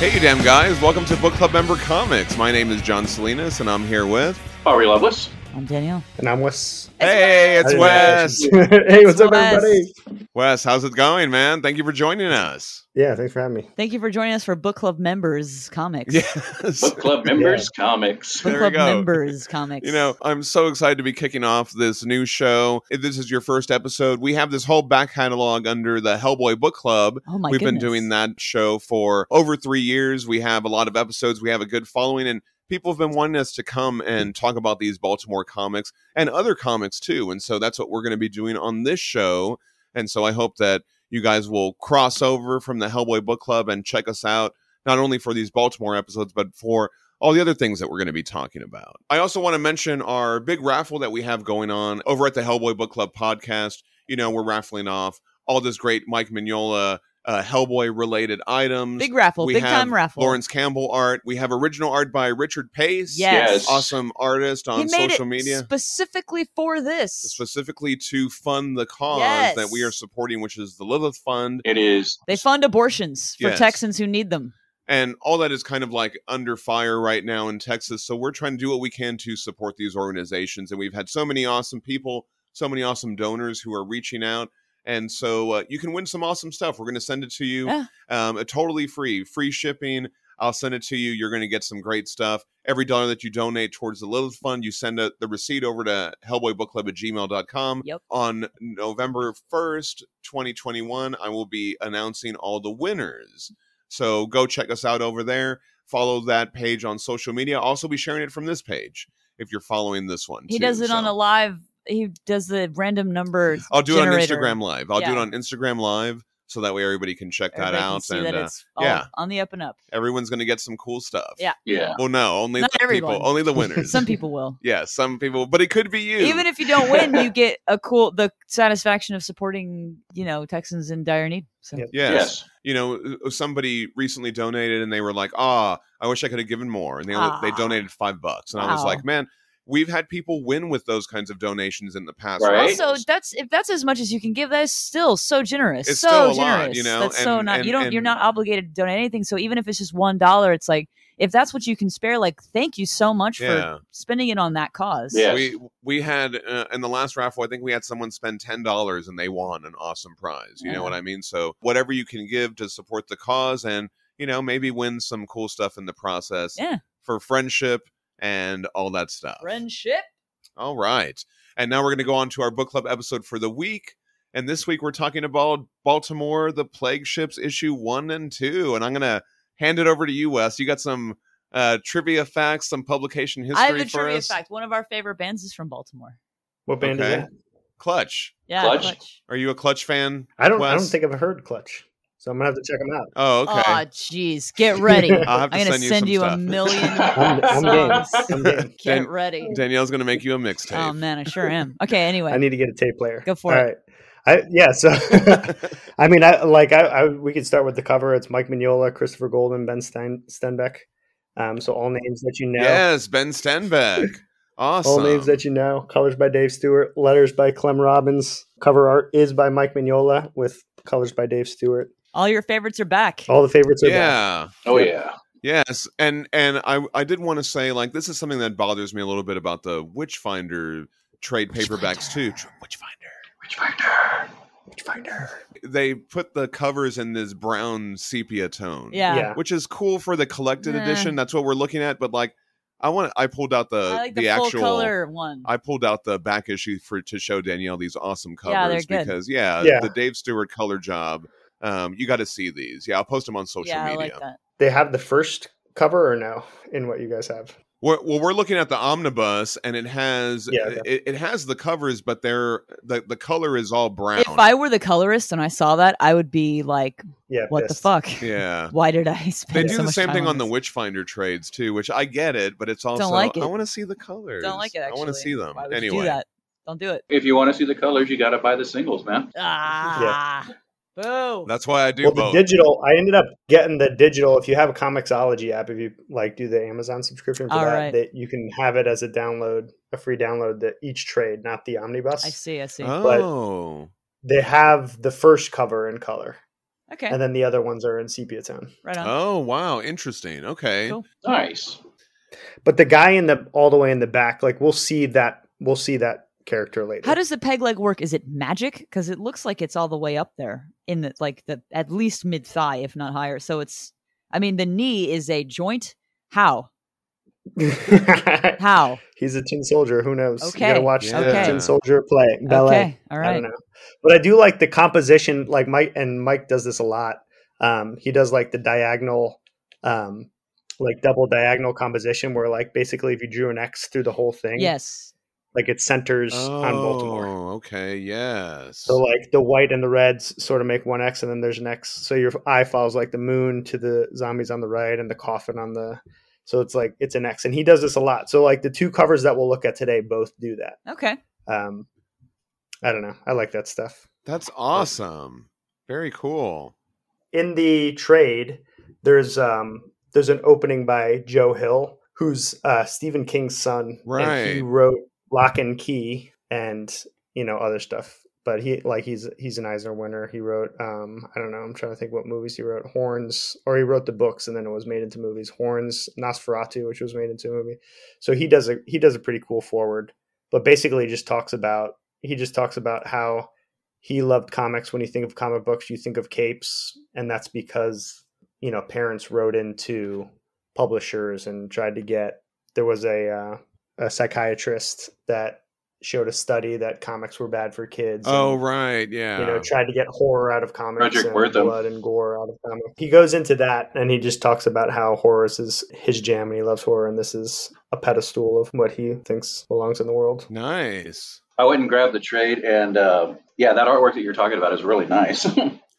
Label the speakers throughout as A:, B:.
A: Hey, you damn guys. Welcome to Book Club Member Comics. My name is John Salinas, and I'm here with.
B: Ari Loveless.
C: I'm Danielle.
D: And I'm Wes.
A: hey, it's Wes.
D: hey, what's up,
C: Wes.
D: everybody?
A: Wes, how's it going, man? Thank you for joining us.
D: Yeah, thanks for having me.
C: Thank you for joining us for Book Club Members Comics.
A: Yes.
B: Book Club members, comics.
A: there
C: Book
A: we
C: Club
A: go.
C: Members Comics.
A: You know, I'm so excited to be kicking off this new show. If this is your first episode, we have this whole back catalog under the Hellboy Book Club.
C: oh my
A: We've
C: goodness.
A: been doing that show for over three years. We have a lot of episodes. We have a good following, and people have been wanting us to come and talk about these Baltimore comics and other comics too. And so that's what we're going to be doing on this show. And so I hope that you guys will cross over from the Hellboy Book Club and check us out, not only for these Baltimore episodes, but for all the other things that we're going to be talking about. I also want to mention our big raffle that we have going on over at the Hellboy Book Club podcast. You know, we're raffling off all this great Mike Mignola uh, Hellboy related items.
C: Big raffle,
A: we
C: big
A: have
C: time raffle.
A: Lawrence Campbell art. We have original art by Richard Pace.
C: Yes.
B: Yes.
A: Awesome artist
C: he
A: on
C: made
A: social
C: it
A: media.
C: specifically for this.
A: Specifically to fund the cause
C: Yes.
A: that we are supporting, which is the Lilith Fund.
B: It is.
C: They fund abortions for
A: Yes.
C: Texans who need them.
A: and all that is kind of like under fire right now in Texas. So we're trying to do what we can to support these organizations, and we've had so many awesome people, so many awesome donors who are reaching out. And so uh, you can win some awesome stuff. We're going to send it to you,
C: Yeah.
A: um, uh, totally free, free shipping. I'll send it to you. You're going to get some great stuff. Every dollar that you donate towards the Lilith Fund, you send a, the receipt over to hellboybookclub at gmail.com.
C: Yep.
A: On November 1st, 2021, I will be announcing all the winners. So go check us out over there. Follow that page on social media. I'll also be sharing it from this page if you're following this one.
C: He
A: too,
C: does it on
A: so.
C: a live. He does the random number.
A: I'll do it
C: generator.
A: on Instagram Live. I'll do
C: Yeah.
A: it on Instagram Live so that way everybody can check
C: Everybody
A: that
C: can
A: out
C: see
A: and
C: that
A: uh,
C: it's all
A: yeah.
C: on the up and up.
A: everyone's going to get some cool stuff.
C: Yeah.
B: Yeah.
A: Well, no, only
C: Not
A: the
C: everyone.
A: people, only the winners.
C: Some people will.
A: Yeah, some people, but it could be you.
C: Even if you don't win, you get a cool the satisfaction of supporting you know Texans in dire need. So
D: Yep.
A: yes. you know, uh, somebody recently donated and they were like, "Ah, I wish I could have given more," and they were- they
C: Ah.
A: donated five bucks, and I was
C: Wow.
A: like, "Man, we've had people win with those kinds of donations in the past."
B: Right.
C: Also, that's if that's as much as you can give, that is still so generous.
A: It's
C: so
A: still a
C: generous.
A: lot, you know,
C: that's so
A: and-
C: not.
A: and-
C: you don't. you're
A: and-
C: not obligated to donate anything. So even if it's just one dollar, it's like if that's what you can spare, like thank you so much
A: Yeah.
C: for spending it on that cause.
B: Yeah. Yes.
A: We we had uh, in the last raffle, I think we had someone spend ten dollars and they won an awesome prize. You
C: Yeah.
A: know what I mean? So whatever you can give to support the cause, and you know maybe win some cool stuff in the process.
C: Yeah.
A: For friendship and all that stuff.
C: Friendship.
A: All right. And now we're going to go on to our book club episode for the week. And this week we're talking about Baltimore, the Plague Ships, issue one and two. And I'm going to hand it over to you, Wes. You got some uh, trivia facts, some publication history
C: I have a
A: for
C: trivia
A: us.
C: fact. One of our favorite bands is from Baltimore.
D: What band
A: Okay.
D: is that?
A: Clutch.
C: Yeah.
B: Clutch?
A: Are you a Clutch fan?
D: I don't. I don't
A: Wes?
D: think I've heard Clutch, so I'm gonna have to check them out.
A: Oh, okay.
C: Oh, jeez. Get ready. I'm
A: I'll have to
C: gonna
A: send you some
C: a
A: stuff.
C: million
D: I'm, I'm game.
C: songs.
D: I'm game.
C: Get
A: Dan-
C: ready.
A: Danielle's going to make you a mixtape.
C: Oh man, I sure am. Okay. Anyway.
D: I need to get a tape player.
C: Go for it.
D: All right. I, yeah. So, I mean, I like. I, I we could start with the cover. It's Mike Mignola, Christopher Golden, Ben Stein, Stenbeck. Um, so all names that you know.
A: Yes, Ben Stenbeck. Awesome.
D: All names that you know. Colors by Dave Stewart. Letters by Clem Robbins. Cover art is by Mike Mignola with colors by Dave Stewart.
C: All your favorites are back.
D: All the favorites are back.
A: Yeah.
B: Oh, yeah.
A: Yes, and and I I did want to say like this is something that bothers me a little bit about the Witchfinder trade paperbacks too. Tr- Witchfinder.
B: Witchfinder.
A: They put the covers in this brown sepia tone.
C: Yeah.
D: Yeah.
A: Which is cool for the collected
C: Nah.
A: edition. That's what we're looking at, but like I want I pulled out the
C: I like the,
A: Uh, the,
C: full
A: actual
C: color one.
A: I pulled out the back issue for to show Danielle these awesome covers
C: Yeah, they're good.
A: because yeah,
D: Yeah.
A: the Dave Stewart color job. Um, you got to see these. Yeah, I'll post them on social
C: yeah,
A: media.
C: I like that.
D: They have the first cover or no in what you guys have.
A: We're, well, we're looking at the omnibus, and it has
D: Yeah, okay.
A: it, it has the covers, but they're the the color is all brown.
C: If I were the colorist and I saw that, I would be like,
D: Yeah.
C: "What the
D: pissed.
C: fuck?
A: yeah,
C: Why did I
A: they
C: spend
A: do
C: so
A: the
C: much
A: same
C: time
A: thing on the
C: this?
A: Witchfinder trades too, which I get it, but it's also
C: like
A: I
C: it.
A: want to see the colors.
C: Don't like it. Actually,
A: I want to see them
C: Why would you
A: anyway.
C: do that? Don't do it.
B: If you want to see the colors, you got to buy the singles, man.
C: Ah, boo.
A: That's why I do
D: Well, the
A: both.
D: digital. I ended up getting the digital. If you have a Comixology app, if you like do the Amazon subscription for
C: All
D: that,
C: right.
D: that you can have it as a download, a free download. That each trade, not the omnibus.
C: I see. I see.
A: oh,
D: They have the first cover in color.
C: Okay.
D: and then the other ones are in Sepia Town.
C: right on.
A: Oh wow, interesting. Okay.
C: Cool.
B: Nice.
D: But the guy in the all the way in the back, like we'll see that we'll see that character later.
C: How does the peg leg work? Is it magic? Because it looks like it's all the way up there in the like the at least mid thigh, if not higher. So it's, I mean, the knee is a joint. How? How?
D: He's a tin soldier. Who knows? You
C: Okay.
D: gotta watch the
C: Okay.
D: tin soldier play ballet.
C: Okay. All
D: I
C: right.
D: don't know. But I do like the composition. Like Mike and Mike does this a lot. Um, he does like the diagonal, um, like double diagonal composition, where like basically if you drew an X through the whole thing,
C: Yes.
D: like it centers on Baltimore.
A: Oh, okay. Yes.
D: So like the white and the reds sort of make one X, and then there's an X. So your eye follows like the moon to the zombies on the right and the coffin on the. So it's like it's an X, and he does this a lot. So like the two covers that we'll look at today both do that.
C: Okay.
D: Um, I don't know. I like that stuff.
A: That's awesome. Very cool.
D: in the trade there's um there's an opening by joe hill who's uh stephen king's son and
A: Right.
D: he wrote lock and key and you know other stuff but he like he's he's an eisner winner he wrote um i don't know i'm trying to think what movies he wrote horns or he wrote the books and then it was made into movies horns nosferatu which was made into a movie so he does a he does a pretty cool forward but basically just talks about he just talks about how he loved comics. When you think of comic books, you think of capes, and that's because you know parents wrote into publishers and tried to get. There was a uh, a psychiatrist that showed a study that comics were bad for kids. and,
A: Oh right. Yeah.
D: You know, tried to get horror out of comics
B: Project
D: and
B: Wertham.
D: blood and gore out of comics. He goes into that and he just talks about how horror is his, his jam and he loves horror and this is a pedestal of what he thinks belongs in the world.
A: nice.
B: I went and grabbed the trade, and uh, yeah, that artwork that you're talking about is really nice.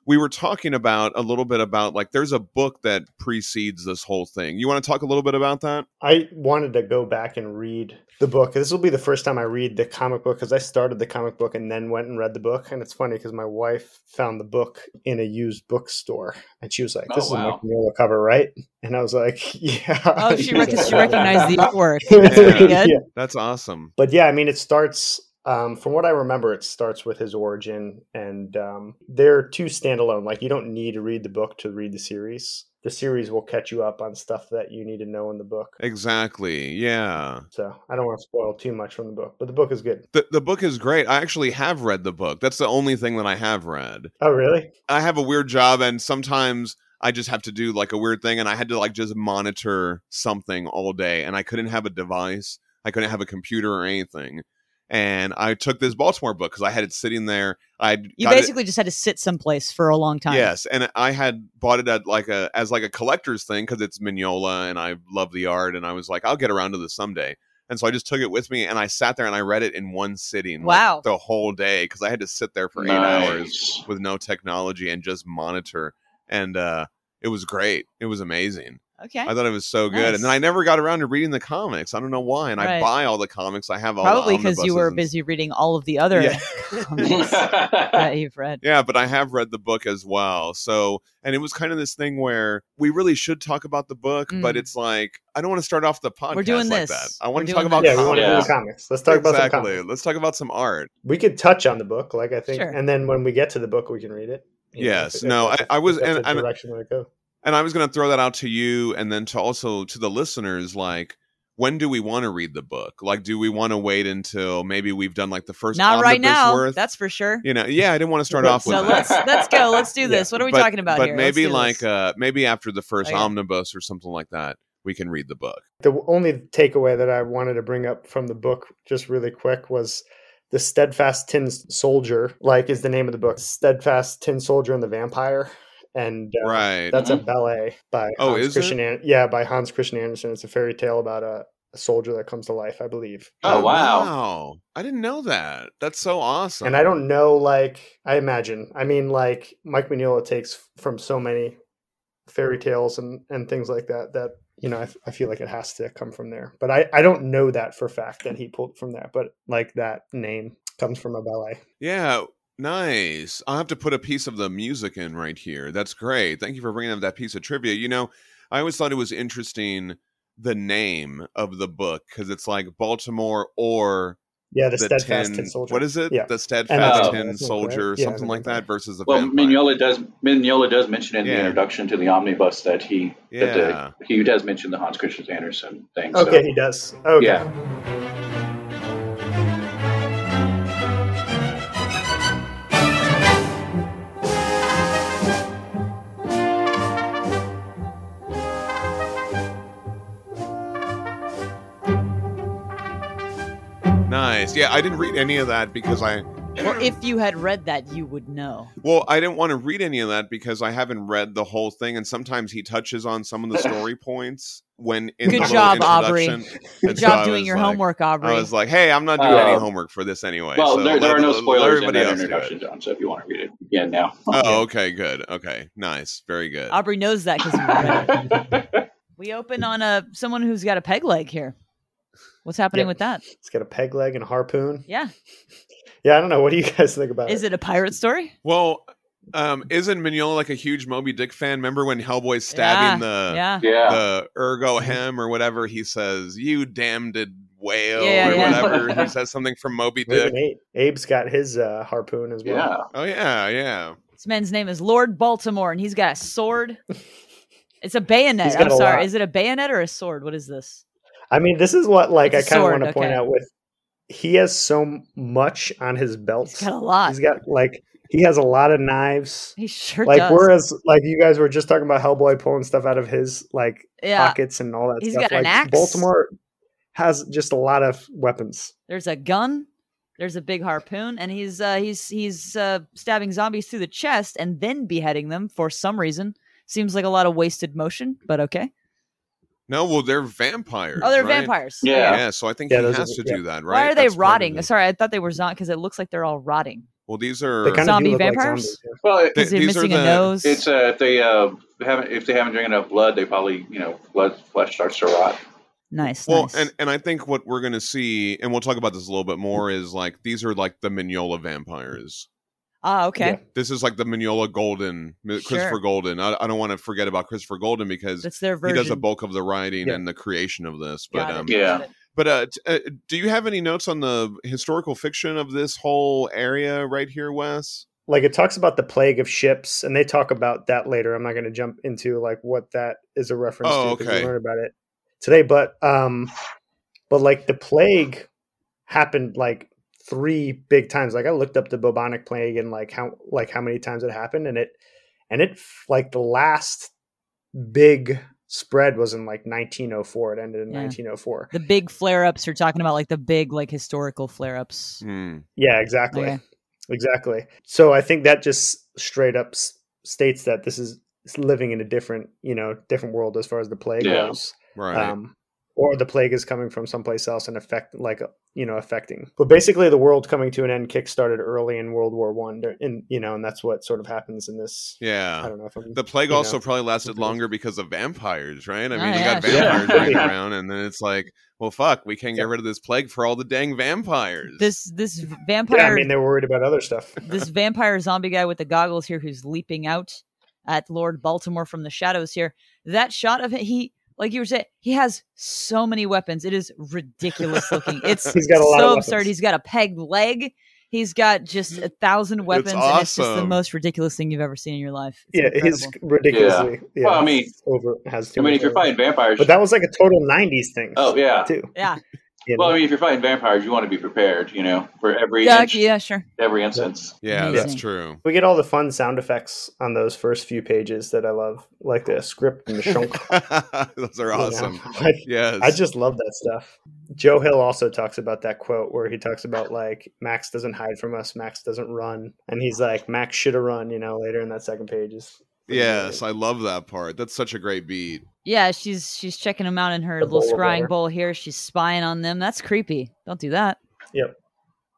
A: We were talking about a little bit about like there's a book that precedes this whole thing. You want to talk a little bit about that?
D: I wanted to go back and read the book. This will be the first time I read the comic book because I started the comic book and then went and read the book. And it's funny because my wife found the book in a used bookstore and she was like,
B: Oh,
D: "This is
B: wow.
D: Mike Mignola cover, right?" And I was like, "Yeah."
C: Oh, she,
D: was
C: rec-
D: like,
C: she recognized the artwork.
D: It's pretty
C: Yeah.
D: good.
A: That's awesome.
D: But yeah, I mean, it starts. Um, from what I remember, it starts with his origin, and um, they're two standalone. Like you don't need to read the book to read the series. The series will catch you up on stuff that you need to know in the book.
A: Exactly. Yeah.
D: So I don't want to spoil too much from the book, but the book is good.
A: The the book is great. I actually have read the book. That's the only thing that I have read.
D: Oh, really?
A: I have a weird job and sometimes I just have to do like a weird thing and I had to like just monitor something all day and I couldn't have a device. I couldn't have a computer or anything. And I took this Baltimore book because I had it sitting there. I
C: You basically just had to sit someplace for a long time.
A: Yes, and I had bought it at like a as like a collector's thing because it's Mignola and I love the art, and I was like, I'll get around to this someday. And so I just took it with me and I sat there and I read it in one sitting. like,
C: Wow.
A: the whole day because I had to sit there for eight hours
B: nice.
A: with no technology and just monitor, and uh, it was great. It was amazing.
C: Okay.
A: I thought it was so good,
C: Nice.
A: and then I never got around to reading the comics. I don't know why, and I
C: Right.
A: buy all the comics. I have all the
C: Probably because you
A: omnibuses
C: were
A: and-
C: busy reading all of the other
A: Yeah.
C: comics that you've read.
A: Yeah, but I have read the book as well. So, and it was kind of this thing where we really should talk about the book, but
C: Mm.
A: it's like I don't want to start off the podcast
C: We're doing
A: like
C: this.
A: that. I
C: We're
A: want to
C: doing
A: talk about
C: this.
D: yeah, we want to do
B: Yeah.
D: the comics. Let's talk about some
A: exactly.
D: comics.
A: Let's talk about some art.
D: We could touch on the book, like I think,
C: Sure.
D: and then when we get to the book, we can read it. You know,
A: Yes.
D: if-
A: No,
D: if-
A: I- I was-
D: if that's
A: and-
D: the
A: and-
D: direction we go.
A: And I was going to throw that out to you, and then to also to the listeners, like. When do we want to read the book? Like, do we want to wait until maybe we've done like the first
C: Not right
A: omnibus
C: now.
A: worth?
C: That's for sure.
A: you know, yeah, I didn't want to start off with
C: so
A: that.
C: let's let's go. Let's do
D: Yeah.
C: this. What are we
A: But-
C: talking about
A: but
C: here? Let's
A: maybe
C: do
A: like
C: this.
A: uh maybe after the first
C: Okay.
A: omnibus or something like that, we can read the book.
D: The only takeaway that I wanted to bring up from the book, just really quick, was the steadfast tin soldier. Like is the name of the book, steadfast tin soldier and the vampire, and uh,
A: Right.
D: That's
B: Mhm.
D: a ballet by
A: Oh,
D: Hans
A: is
D: Christian An- yeah, by Hans Christian Andersen. It's a fairy tale about a, a soldier that comes to life, I believe.
B: Oh, wow.
A: wow. I didn't know that. That's so awesome.
D: And I don't know, like I imagine. I mean, like Mike Mignola takes from so many fairy tales and and things like that. That you know, I, f- I feel like it has to come from there. But I I don't know that for a fact that he pulled from there. But like that name comes from a ballet.
A: Yeah, nice. I'll have to put a piece of the music in right here. That's great. Thank you for bringing up that piece of trivia. You know, I always thought it was interesting the name of the book because it's like Baltimore or
D: Yeah, the,
A: the
D: steadfast tin,
A: tin,
D: soldier.
A: what is it?
D: Yeah.
A: The steadfast
B: Oh.
A: tin
D: That's it, right?
A: soldier,
D: Yeah,
A: something like
D: that's
A: that, versus the
B: Well,
A: vampire.
B: Mignola does Mignola does mention in
A: Yeah.
B: the introduction to the omnibus that he that
A: Yeah.
B: the, he does mention the Hans Christian Andersen thing. so-
D: Okay, he does. Okay.
B: Yeah.
A: Nice. Yeah, I didn't read any of that because I
C: Or if you had read that, you would know.
A: Well, I didn't want to read any of that because I haven't read the whole thing, and sometimes he touches on some of the story points when in the
C: Good
A: little
C: job, Aubrey.
A: introduction.
C: Good
A: And so
C: job
A: I
C: doing
A: was
C: your
A: like-
C: homework, Aubrey.
A: I was like, "Hey, I'm not doing any
B: Oh.
A: homework for this anyway."
B: Well,
A: so
B: there,
A: let-
B: there are no
A: let
B: spoilers in
A: everybody
B: that
A: else do it.
B: introduction, John. So if you want to read it again now,
A: Oh, okay, good. Okay, nice, very good.
C: Aubrey knows that because we read it. We open on a someone who's got a peg leg here. What's happening
D: Yeah.
C: with that?
D: It's got a peg leg and a harpoon.
C: Yeah,
D: Yeah, I don't know. What do you guys think
A: Uh,
D: about
C: is
D: it?
C: it a pirate story?
A: Well, um, isn't Mignola like a huge Moby Dick fan? Remember when Hellboy's stabbing the
C: yeah,
B: yeah,
A: the ergo hem or whatever he says you damned whale
C: Yeah,
A: or
C: yeah.
A: whatever he says something from moby
D: Wait,
A: dick
D: wait. Abe's got his uh, harpoon as well.
B: yeah.
A: oh yeah yeah
C: this man's name is Lord Baltimore, and he's got a sword. It's a bayonet.
D: He's got
C: I'm
D: a
C: sorry.
D: lot.
C: Is it a bayonet or a sword? What is this?
D: I mean, this is what like
C: It's a
D: I kind of
C: sword,
D: want to point
C: okay.
D: out with. He has so much on his belt.
C: He's got a lot.
D: He's got like he has a lot of knives.
C: he sure
D: like
C: does.
D: whereas like you guys were just talking about Hellboy pulling stuff out of his like
C: yeah,
D: pockets and all that
C: He's
D: stuff.
C: got an
D: like
C: axe.
D: Baltimore has just a lot of weapons.
C: there's a gun. There's a big harpoon, and he's uh, he's he's uh, stabbing zombies through the chest and then beheading them for some reason. Seems like a lot of wasted motion, but okay.
A: no well they're vampires
C: Oh, they're
A: right?
C: vampires.
B: Yeah.
A: yeah. so i think
D: Yeah,
A: he
D: those are
A: has
D: the-
A: to do that right
C: Why are they
A: That's part of
C: rotting?
A: it.
C: Sorry, I thought they were zombie because it looks like they're all rotting.
A: well these are
D: They kind of
C: Zombie
D: do look like
C: vampires?
D: zombies. yeah.
B: Well,
A: Th-
C: Is it
A: these are
C: missing a
A: the-
C: nose?
B: it's uh, if they uh, haven't if they haven't drank enough blood, they probably you know blood flesh starts to rot.
C: nice.
A: well
C: nice.
A: and and i think what we're gonna see and we'll talk about this a little bit more is like these are like the mignola vampires
C: ah, okay.
D: Yeah.
A: this is like the mignola golden Mi- christopher
C: Sure.
A: golden i, I don't want to forget about christopher golden because
C: That's their
A: he
C: version.
A: does the bulk of the writing
D: Yeah.
A: and the creation of this but
C: Got it,
A: um
B: Yeah.
C: got it.
A: But uh, t- uh, do you have any notes on the historical fiction of this whole area right here, Wes?
D: Like it talks about the plague of ships, and they talk about that later. I'm not going to jump into like what that is a reference
A: Oh,
D: to because
A: okay.
D: we learn about it today. But um, but like the plague happened like three big times. Like I looked up the bubonic plague and like how like how many times it happened, and it and it like the last big spread was in like 1904. It ended in
C: Yeah.
D: 1904.
C: The big flare ups you're talking about, like the big, like historical flare ups.
A: Hmm.
D: Yeah, exactly.
C: Okay.
D: Exactly. So I think that just straight up s- states that this is s- living in a different, you know, different world as far as the plague
B: Yeah.
D: goes.
A: Right.
D: Um, or the plague is coming from someplace else and affect like uh, you know affecting. But basically, the world coming to an end kickstarted early in World War One, and you know, and that's what sort of happens in this. I
A: yeah.
D: don't know if I'm
A: The plague
D: you
A: also
D: know,
A: probably lasted
D: something
A: longer because of vampires, right? I mean,
C: Oh,
A: you got
C: yeah,
B: sure.
A: vampires
D: Yeah.
A: running around, and then it's like, well, fuck, we can't get rid of this plague for all the dang vampires.
C: This this v- vampire
D: yeah, I mean, they were worried about other stuff.
C: this vampire zombie guy with the goggles here who's leaping out at Lord Baltimore from the shadows here. That shot of it, he like you were saying, he has so many weapons. It is ridiculous looking. It's
D: He's got a lot of
C: so
D: weapons.
C: absurd. He's got a pegged leg. He's got just a thousand weapons, and it's just the
A: awesome.
C: most ridiculous thing you've ever seen in your life. It's
D: yeah, his
C: incredible.
D: ridiculously. Yeah.
B: Well, I mean-
D: over has. Too
B: I mean,
D: much
B: if you're
D: over.
B: fighting vampires,
D: but that was like a total '90s thing.
B: oh yeah.
D: too.
C: yeah,
D: you
B: Well,
D: know?
B: I mean, if you're fighting vampires, you want to be prepared, you know, for every
C: yeah,
B: inch,
C: yeah, sure.
B: every instance.
A: yeah,
C: Amazing.
A: that's true.
D: We get all the fun sound effects on those first few pages that I love, like the script and the shunk.
A: Those are
D: you know?
A: awesome.
D: I,
A: Yes.
D: I just love that stuff. Joe Hill also talks about that quote where he talks about like Max doesn't hide from us, Max doesn't run, and he's like Max should have run, you know. Later in that second page is
A: yes, I love that part. That's such a great beat.
C: Yeah, she's she's checking them out in her
D: The
C: little
D: bowl of
C: scrying
D: water.
C: bowl here. She's spying on them. That's creepy. Don't do that.
D: Yep.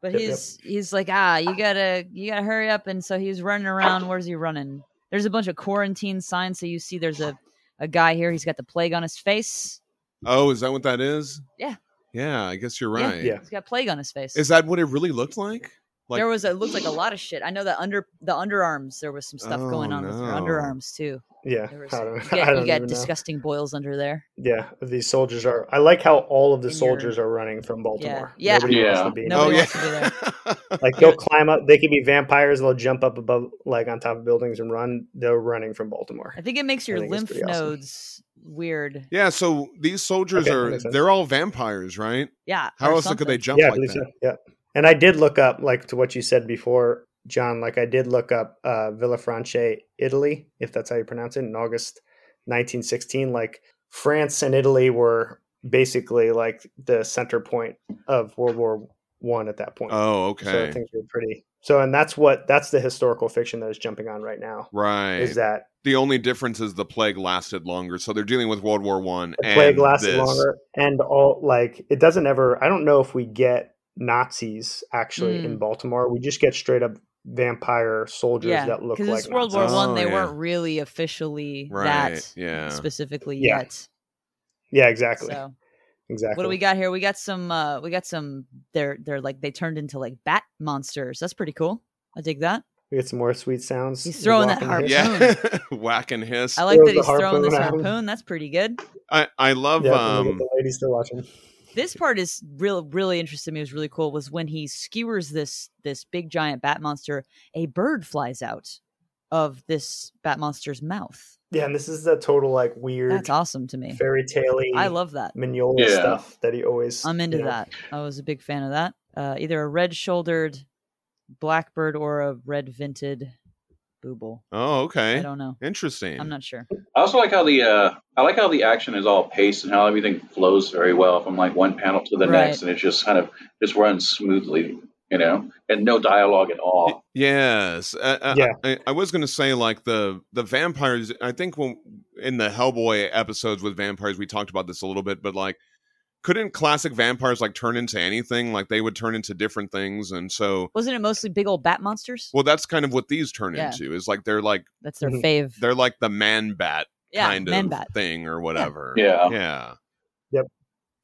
C: But
D: Yep, yep.
C: he's he's like, ah, you gotta you gotta hurry up. And so he's running around. Where's he running? There's a bunch of quarantine signs. So you see there's a, a guy here, he's got the plague on his face.
A: Oh, is that what that is?
C: Yeah.
A: Yeah, I guess you're
C: Yeah.
A: right.
D: Yeah.
C: He's got plague on his face.
A: Is that what it really looked like? Like-
C: there was it looked like a lot of shit. I know that under the underarms there was some stuff going
A: Oh,
C: on with your
A: no.
C: underarms too.
D: Yeah,
C: There was,
D: I
C: you
D: don't, I
C: got,
D: don't
C: you got
D: even know.
C: disgusting boils under there.
D: Yeah, these soldiers are. I like how all of the
C: In your-
D: soldiers are running from Baltimore.
C: Yeah.
D: Nobody
B: Yeah.
D: wants to be.
C: Nobody
A: oh
C: wants to be
A: yeah.
D: Like they'll climb up. They can be vampires. They'll jump up above, like on top of buildings and run. They're running from Baltimore.
C: I think it makes your
D: think it's
C: lymph
D: pretty awesome.
C: nodes weird.
A: yeah. So these soldiers
D: Okay, that
A: are
D: makes sense.
A: they're all vampires, right?
C: Yeah.
A: How
C: or
A: else could they
C: something.
A: jump
D: yeah, I
A: like
D: believe
A: that?
D: so. Yeah. And I did look up, like to what you said before, John. Like I did look up uh, Villafranche, Italy, if that's how you pronounce it, in August 1916. Like France and Italy were basically like the center point of World War One at that point.
A: Oh,
D: So
A: okay.
D: things were pretty. So, and that's what that's the historical fiction that is jumping on right now.
A: right.
D: Is that
A: the only difference is the plague lasted longer, so they're dealing with World War One.
D: the
A: and
D: plague lasted
A: this.
D: longer, and all like it doesn't ever. I don't know if we get Nazis actually in
C: Mm.
D: Baltimore. We just get straight up vampire soldiers
C: Yeah,
D: that look
C: because
D: like
C: it's World War
A: Nazis.
C: One.
A: Oh,
C: They
A: yeah.
C: weren't really officially
A: Right,
C: that
A: yeah.
C: specifically
D: Yeah,
C: yet.
D: Yeah, exactly,
C: So
D: exactly.
C: what do we got here? We got some. uh We got some. They're they're like they turned into like bat monsters. That's pretty cool. I dig that.
D: We get some more sweet sounds.
C: He's throwing that
D: Walking
C: harpoon.
D: here.
A: Yeah, whack and hiss.
C: I
A: I,
C: like
D: Throws
C: that
D: the
C: he's throwing this
D: harpoon at 'em.
C: harpoon. That's pretty good.
A: I, love
D: Yeah, and we get
A: um
D: the ladies still watching.
C: This part is real really interested me. It was really cool. Was when he skewers this this big giant bat monster. A bird flies out of this bat monster's mouth.
D: Yeah, and this is the total like weird
C: That's awesome to me.
D: fairy tale
C: I love that.
D: Mignola
B: Yeah.
D: stuff that he always.
C: I'm
D: you
C: into
D: know,
C: that. I was a big fan of that. Uh, either a red shouldered blackbird or a red vented booble.
A: Oh,
C: I
A: okay.
C: don't know.
A: Interesting.
C: I'm not sure.
B: I also like how the uh, I like how the action is all paced and how everything flows very well from like one panel to the
C: Right.
B: next, and it just kind of just runs smoothly, you know, and no dialogue at
A: Y-
B: all.
A: Yes. Uh, uh,
D: Oh. Yeah.
A: I, I was going to say like the the vampires. I think when in the Hellboy episodes with vampires, we talked about this a little bit, but like, couldn't classic vampires like turn into anything? Like they would turn into different things, and so
C: Wasn't it mostly big old bat monsters?
A: well, that's kind of what these turn
C: Yeah.
A: into. Is like they're like
C: That's their
D: Mhm.
C: fave.
A: they're like the man bat
C: yeah,
A: Mm-hmm. kind
C: man
A: of
C: bat.
A: thing or whatever.
B: Yeah.
A: Yeah.
D: Yep.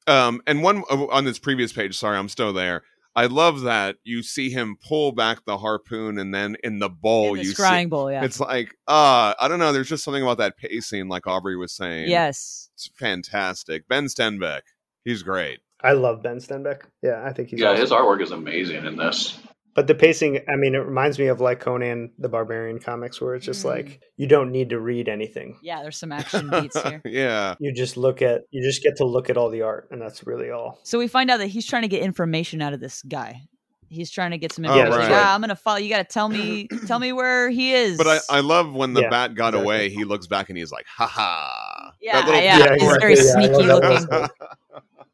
A: Um, and one oh, on this previous page. Sorry, I'm still there. I love that you see him pull back the harpoon, and then in the bowl
C: In the
A: you see
C: scrying bowl, yeah.
A: it's like uh I don't know. There's just something about that pacing, like Aubrey was saying.
C: Yes.
A: it's fantastic. Ben Stenbeck, he's great.
D: I love Ben Stenbeck. Yeah, I think he's.
B: yeah,
D: awesome.
B: his artwork is amazing in this.
D: But the pacing, I mean, it reminds me of like Conan the Barbarian comics, where it's just
C: Mm.
D: like you don't need to read anything.
C: Yeah, there's some action beats here.
A: yeah,
D: You just look at, you just get to look at all the art, and that's really all.
C: So we find out that he's trying to get information out of this guy. He's trying to get some
A: Oh,
C: information. He's like,
A: right.
C: "Ah, I'm gonna follow. You got to tell me, tell me where he is.
A: but I, I love when the
D: Yeah,
A: bat got
D: exactly.
A: away. He looks back and he's like, "Ha ha!"
C: yeah,
A: that little
C: yeah,
D: Yeah,
C: he's very
D: exactly. Yeah, I love
C: sneaky
D: that
C: looking.
D: little-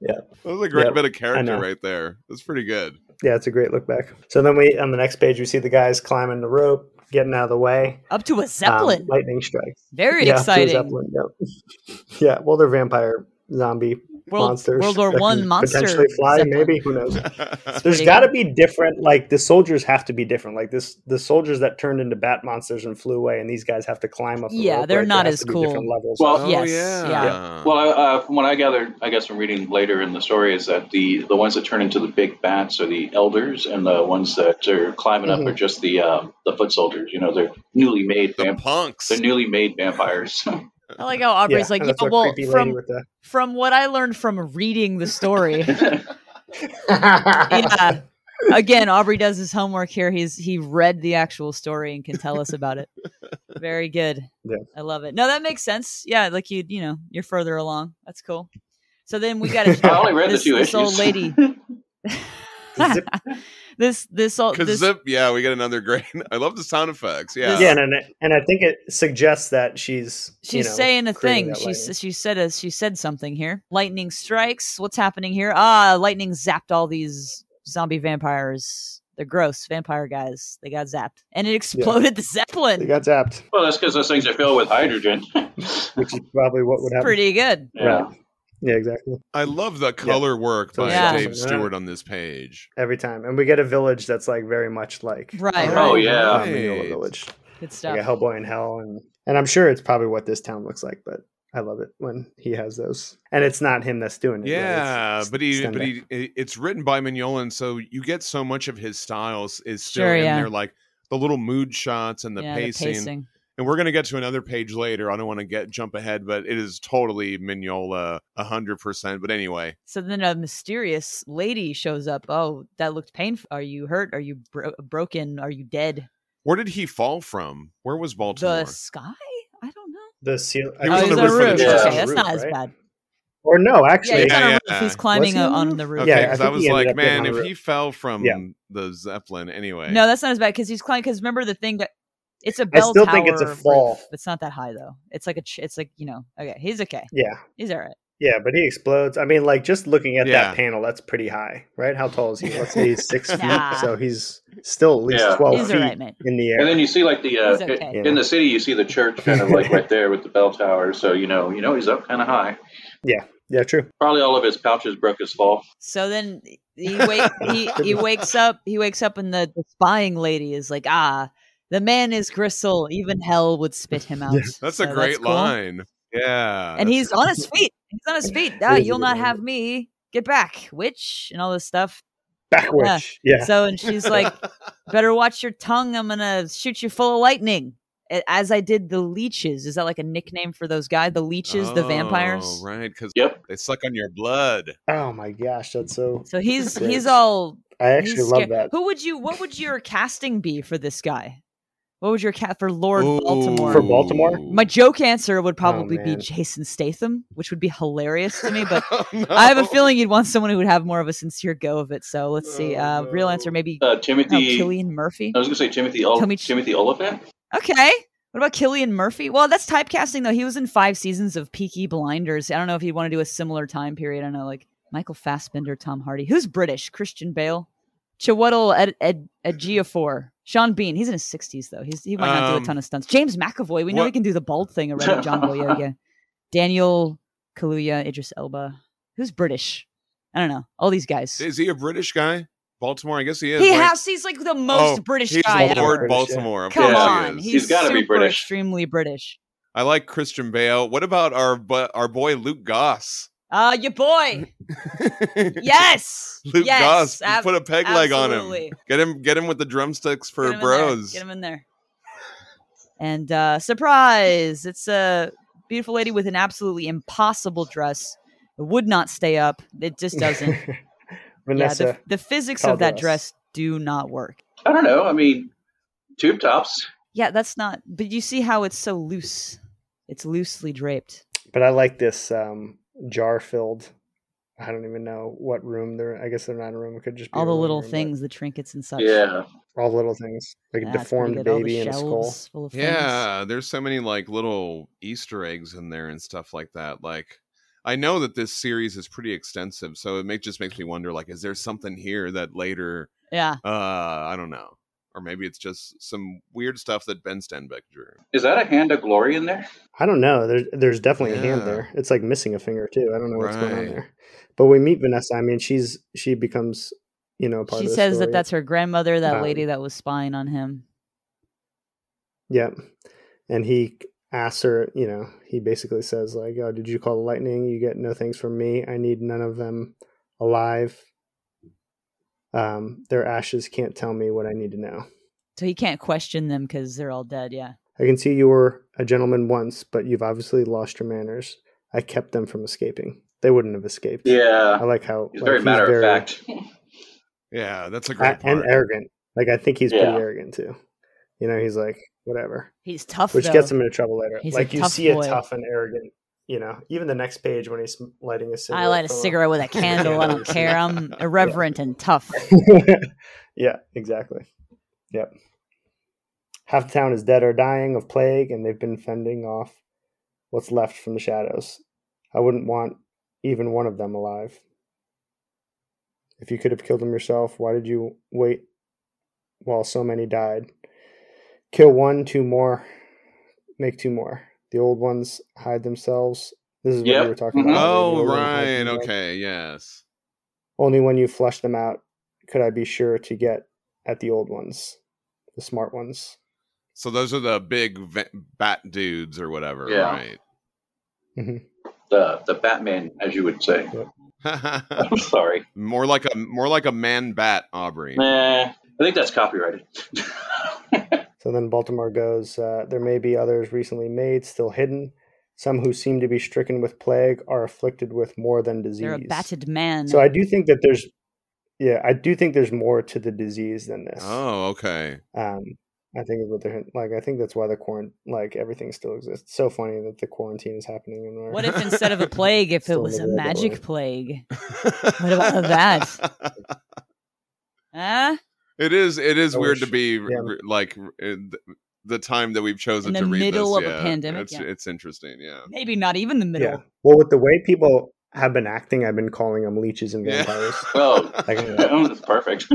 D: Yeah.
A: that was a great
D: Yep.
A: bit of
D: I
A: character
D: know.
A: right there. That's pretty good.
D: Yeah, it's a great look back. So then we on the next page we see the guys climbing the rope, getting out of the way.
C: Up to a
D: Um,
C: zeppelin.
D: lightning strikes.
C: very
D: Yeah, to a
C: exciting.
D: Zeppelin, yep. yeah, well, they're vampire zombie
C: World,
D: monsters.
C: World War
D: that
C: One
D: can
C: monster.
D: potentially fly.
C: Zeppelin.
D: Maybe who knows? There's
C: pretty
D: got to be different. Like the soldiers have to be different. Like this, the soldiers that turned into bat monsters and flew away, and these guys have to climb up. the
C: Yeah,
D: rope,
C: they're
D: right? There
C: not as
D: has to be different
C: cool.
D: levels.
B: Well,
A: Oh,
C: Yes,
A: yeah.
C: yeah.
B: Well, I, uh, from what I gathered, I guess from reading later in the story is that the the ones that turn into the big bats are the elders, and the ones that are climbing
D: Mhm.
B: up are just the um, the foot soldiers. You know, they're newly made
A: the
B: vamp-
A: punks.
B: they're newly made vampires.
C: I like how Aubrey's like,
D: and
C: yeah,
D: that's our
C: well,
D: creepy lady
C: from
D: with the-
C: from what I learned from reading the story,
D: yeah.
C: yeah. Again, Aubrey does his homework here. He's he read the actual story and can tell us about it. Very good.
D: Yeah.
C: I love it. No, that makes sense. Yeah, like you, you know, you're further along. That's cool. So then we got to
B: I only read
C: this,
B: the two
C: this
B: issues.
C: old lady.
D: Zip.
C: this this old
A: Cause
C: Oh, this
A: zip, yeah, we get another great. I love the sound effects. Yeah,
C: This-
D: and, and and I think it suggests that she's you
C: She's
D: know,
C: saying a
D: creating
C: thing.
D: that
C: She
D: lightning.
C: s- she said a, she said something here. Lightning strikes. What's happening here? Ah, lightning zapped all these zombie vampires. They're gross vampire guys. They got zapped, and it exploded the
D: they
C: zeppelin.
D: got zapped,
B: well, that's because those things are filled with hydrogen.
D: which is probably what would happen.
C: Pretty good.
B: yeah.
D: Right. Yeah, exactly.
A: I love the color work
D: So
A: by
C: yeah.
A: Dave
D: Yeah.
A: Stewart on this page.
D: Every time, and we get a village that's like very much like
C: Right,
D: um,
C: right. Oh,
B: yeah.
D: um, Mignola village,
C: Good
D: like a
C: stuff.
D: Hellboy in Hell, and and I'm sure it's probably what this town looks like, but I love it when he has those, and it's not him that's doing it. really.
A: yeah,
D: It's-
A: but he,
D: it's
A: but
D: Stendhal.
A: he, it- it's written by Mignola, and so you get so much of his styles is still
C: Sure,
A: in
C: yeah.
A: there, like the little mood shots and the,
C: yeah,
A: pacing.
C: the pacing.
A: And we're gonna get to another page later. I don't want to get jump ahead, but it is totally Mignola, hundred percent. But anyway,
C: So then a mysterious lady shows up. Oh, that looked painful. Are you hurt? Are you bro- broken? Are you dead?
A: where did he fall from? Where was Baltimore?
C: The sky? I don't know.
D: the seal.
A: He was
C: oh,
A: on
C: he's
A: the
C: on a
A: roof of
C: roof.
A: the church.
C: Okay,
A: Yeah.
C: that's
D: Roof,
C: not as
D: right?
C: bad.
D: Or no,
C: Yeah,
D: actually,
C: he's on a
A: Yeah,
C: roof.
A: yeah.
C: He's climbing
D: he
C: uh,
D: on the
C: on
D: roof?
C: the roof.
A: Okay,
D: Yeah, I
A: because I,
D: think he
A: was
D: ended
A: like,
D: up being
A: man,
D: on a
A: if
D: roof.
A: he fell from
D: Yeah.
A: the Zeppelin, anyway.
C: No, that's not as bad because he's climbing. Because remember the thing that it's a
D: I
C: bell
D: still
C: tower.
D: think it's a
C: roof.
D: fall.
C: It's not that high though. It's like a. ch- It's like you know. Okay, he's okay.
D: Yeah,
C: He's all right.
D: yeah, but he explodes. I mean, like just looking at
A: Yeah.
D: that panel, that's pretty high, right? How tall is he? Let's say he's six
C: Nah.
D: feet, so he's still at least
B: Yeah.
D: twelve
C: he's
D: feet
C: all right, man.
D: in the air.
B: And then you see like the uh,
C: He's okay.
B: in the city, you see the church kind of like right there with the bell tower. So you know, you know, he's up kind of high.
D: yeah, true.
B: Probably all of his pouches broke his fall.
C: So then he wake he, he wakes up. He wakes up, and the, the spying lady is like, ah. The man is gristle. Even hell would spit him out.
D: Yeah.
A: That's
C: So
A: a great
C: uh, cool.
A: line. Yeah.
C: and
A: that's-
C: he's on his feet. He's on his feet. Ah,
D: is a
C: you'll
D: good
C: not
D: line.
C: have me. Get back, witch, and all this stuff.
D: Backwitch. Yeah.
C: So, and she's like, better watch your tongue. I'm gonna shoot you full of lightning, A- as I did the leeches. Is that like a nickname for those guys? The leeches, the vampires.
A: Oh, right, because
B: Yep.
A: they suck on your blood.
D: Oh my gosh, that's so.
C: So he's
D: Right.
C: he's all.
D: I
C: he's
D: actually love
C: scared.
D: that.
C: Who would you? What would your casting be for this guy? What would your cat for Lord Baltimore?
D: For Baltimore?
C: My joke answer would probably be
D: Oh, man.
C: Jason Statham, which would be hilarious to me, but I have a feeling you'd want someone who would have more of a sincere go of it. So let's see.
A: Oh,
C: Uh, real
A: no.
C: answer, maybe
B: Uh,
C: no,
B: Timothy.
C: Killian Murphy.
B: I was gonna say Timothy. Ol-
C: Timmy-
B: Timothy Oliphant.
C: Okay. What about Killian Murphy? Well, that's typecasting though. He was in five seasons of Peaky Blinders. I don't know if you'd want to do a similar time period. I don't know, like Michael Fassbender, Tom Hardy. Who's British? Christian Bale, Chiwetel Ed, Ed, Ejiofor, Sean Bean. He's in his sixties though. He's he might not do
A: Um,
C: a ton of stunts. James McAvoy. We know
A: what-
C: he can do the bald thing already. John Boyega, Daniel Kaluuya, Idris Elba. Who's British? I don't know. All these guys.
A: Is he a British guy? Baltimore? I guess he is.
C: He
A: right?
C: has. He's like the most
A: Oh,
C: British
A: He's
C: guy. ever.
A: Lord
D: British, yeah.
A: Baltimore. Of
C: Come
A: course he
C: on,
A: is.
C: he's,
B: He's gotta be
C: super
B: British.
C: Extremely British.
A: I like Christian Bale. What about our bu- our boy Luke Goss?
C: Uh, your boy. Yes.
A: Luke
C: yes.
A: Goss.
C: Ab-
A: put a peg leg on him.
C: absolutely.
A: Get him get him with the drumsticks
C: Get
A: for
C: him in there.
A: bros.
C: Get him in there. And uh, surprise! It's a beautiful lady with an absolutely impossible dress. It would not stay up. It just doesn't. yeah,
D: Vanessa.
C: the, the physics
D: tall
C: of that
D: dress.
C: dress do not work.
B: I don't know. I mean, tube tops.
C: Yeah, that's not. But you see how it's so loose. It's loosely draped.
D: But I like this um, jar filled. I don't even know what room they're. I guess they're not in a room. It could just be
C: All
D: a
C: the
D: living
C: little
D: room, but
C: things, the trinkets and such.
B: Yeah.
D: All the little things, like a
C: Yeah, it's pretty
D: deformed
C: good. All the
D: baby and a skull.
C: shelves full of things.
A: Yeah, there's so many like little Easter eggs in there and stuff like that. Like, I know that this series is pretty extensive, so it make, just makes me wonder like, is there something here that later,
C: Yeah.
A: uh, I don't know, or maybe it's just some weird stuff that Ben Stenbeck drew.
B: Is that a hand of glory in there?
D: I don't know. There's there's definitely a
A: Yeah.
D: hand there. It's like missing a finger too. I don't know what's going on
A: Right.
D: there. But we meet Vanessa. I mean, she's she becomes you know part.
C: She
D: of the
C: says that
D: story.
C: that's her grandmother, that
D: Um,
C: lady that was spying on him.
D: Yep. And he asks her, you know, he basically says, like, oh, did you call the lightning? You get no thanks from me. I need none of them alive. Um, their ashes can't tell me what I need to know.
C: So he can't question them because they're all dead. Yeah.
D: I can see you were a gentleman once, but you've obviously lost your manners. I kept them from escaping. They wouldn't have escaped. I
B: Yeah.
D: like how
B: He's
D: like,
B: very matter of
D: very-
B: fact.
A: Yeah, that's a
D: a-
A: great
D: and
A: part.
D: arrogant. Like I think he's
B: Yeah.
D: pretty arrogant too. You know, he's like, whatever.
C: He's tough.
D: which
C: though.
D: gets him into trouble later.
C: He's a
D: like you
C: tough
D: see
C: boy.
D: a tough and arrogant, you know. Even the next page when he's lighting a cigarette.
C: I light a
D: from
C: cigarette with a candle. I don't care. I'm irreverent and tough.
D: yeah, exactly. Yep. Half the town is dead or dying of plague, and they've been fending off what's left from the shadows. I wouldn't want even one of them alive. If you could have killed them yourself, why did you wait while so many died? Kill one, two more, make two more. The old ones hide themselves. This is what
B: Yep.
D: we were talking
B: Mhm.
D: about. The
A: oh,
D: old ones hide
A: right.
D: themselves.
A: Okay. Yes.
D: Only when you flush them out could I be sure to get at the old ones, the smart ones.
A: So those are the big va- bat dudes or whatever,
B: Yeah.
A: right?
D: Mhm.
B: The the Batman, as you would say. I'm sorry.
A: more like a more like a man bat, Aubrey.
B: Nah, I think that's copyrighted.
D: So then Baltimore goes, uh, there may be others recently made, still hidden. Some who seem to be stricken with plague are afflicted with more than disease.
C: They're a battered man.
D: So I do think that there's, yeah, I do think there's more to the disease than this.
A: Oh, okay.
D: Um, I think is what they're like. I think that's why the quarant like everything still exists. So funny that the quarantine is happening in our
C: what if instead of a plague, if it
D: Still
C: was a
D: the regular.
C: magic plague? about that? Huh?
A: It is. It is
D: I
A: weird
D: wish-
A: to be
D: yeah.
A: r- like r- in th- the time that we've chosen
C: In
A: to
C: the
A: read
C: middle
A: this.
C: of a
A: yeah.
C: pandemic,
A: It's,
C: yeah.
A: it's interesting. Yeah.
C: Maybe not even the middle.
D: Yeah. Well, with the way people have been acting, I've been calling them leeches and
A: Yeah.
D: vampires
B: Oh,
D: Like,
B: oh, that's perfect.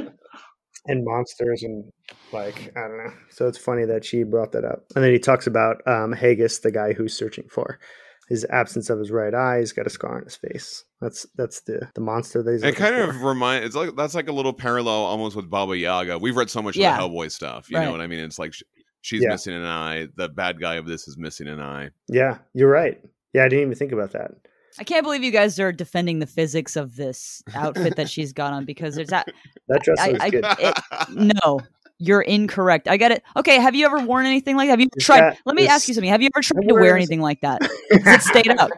D: and monsters and like I don't know. So it's funny that she brought that up. And then he talks about um, Haggis, the guy who's searching for his absence of his right eye. He's got a scar on his face. That's that's the the monster that he's.
A: It
D: looking
A: kind
D: for.
A: of remind. It's like that's like a little parallel almost with Baba Yaga. We've read so much
C: Yeah.
A: of the Hellboy stuff. You
C: Right.
A: know what I mean? It's like sh she's
D: Yeah.
A: missing an eye. The bad guy of this is missing an eye.
D: yeah. You're right. Yeah, I didn't even think about that.
C: I can't believe you guys are defending the physics of this outfit that she's got on because there's that.
D: That dress
C: I-
D: looks
C: I-
D: good.
C: No, you're incorrect. I got it. Okay, have you ever worn anything like that? Have you
D: Is
C: tried?
D: that-
C: let me
D: is-
C: ask you something. Have you ever tried to
D: where
C: wear
D: is-
C: anything like that? It stayed up.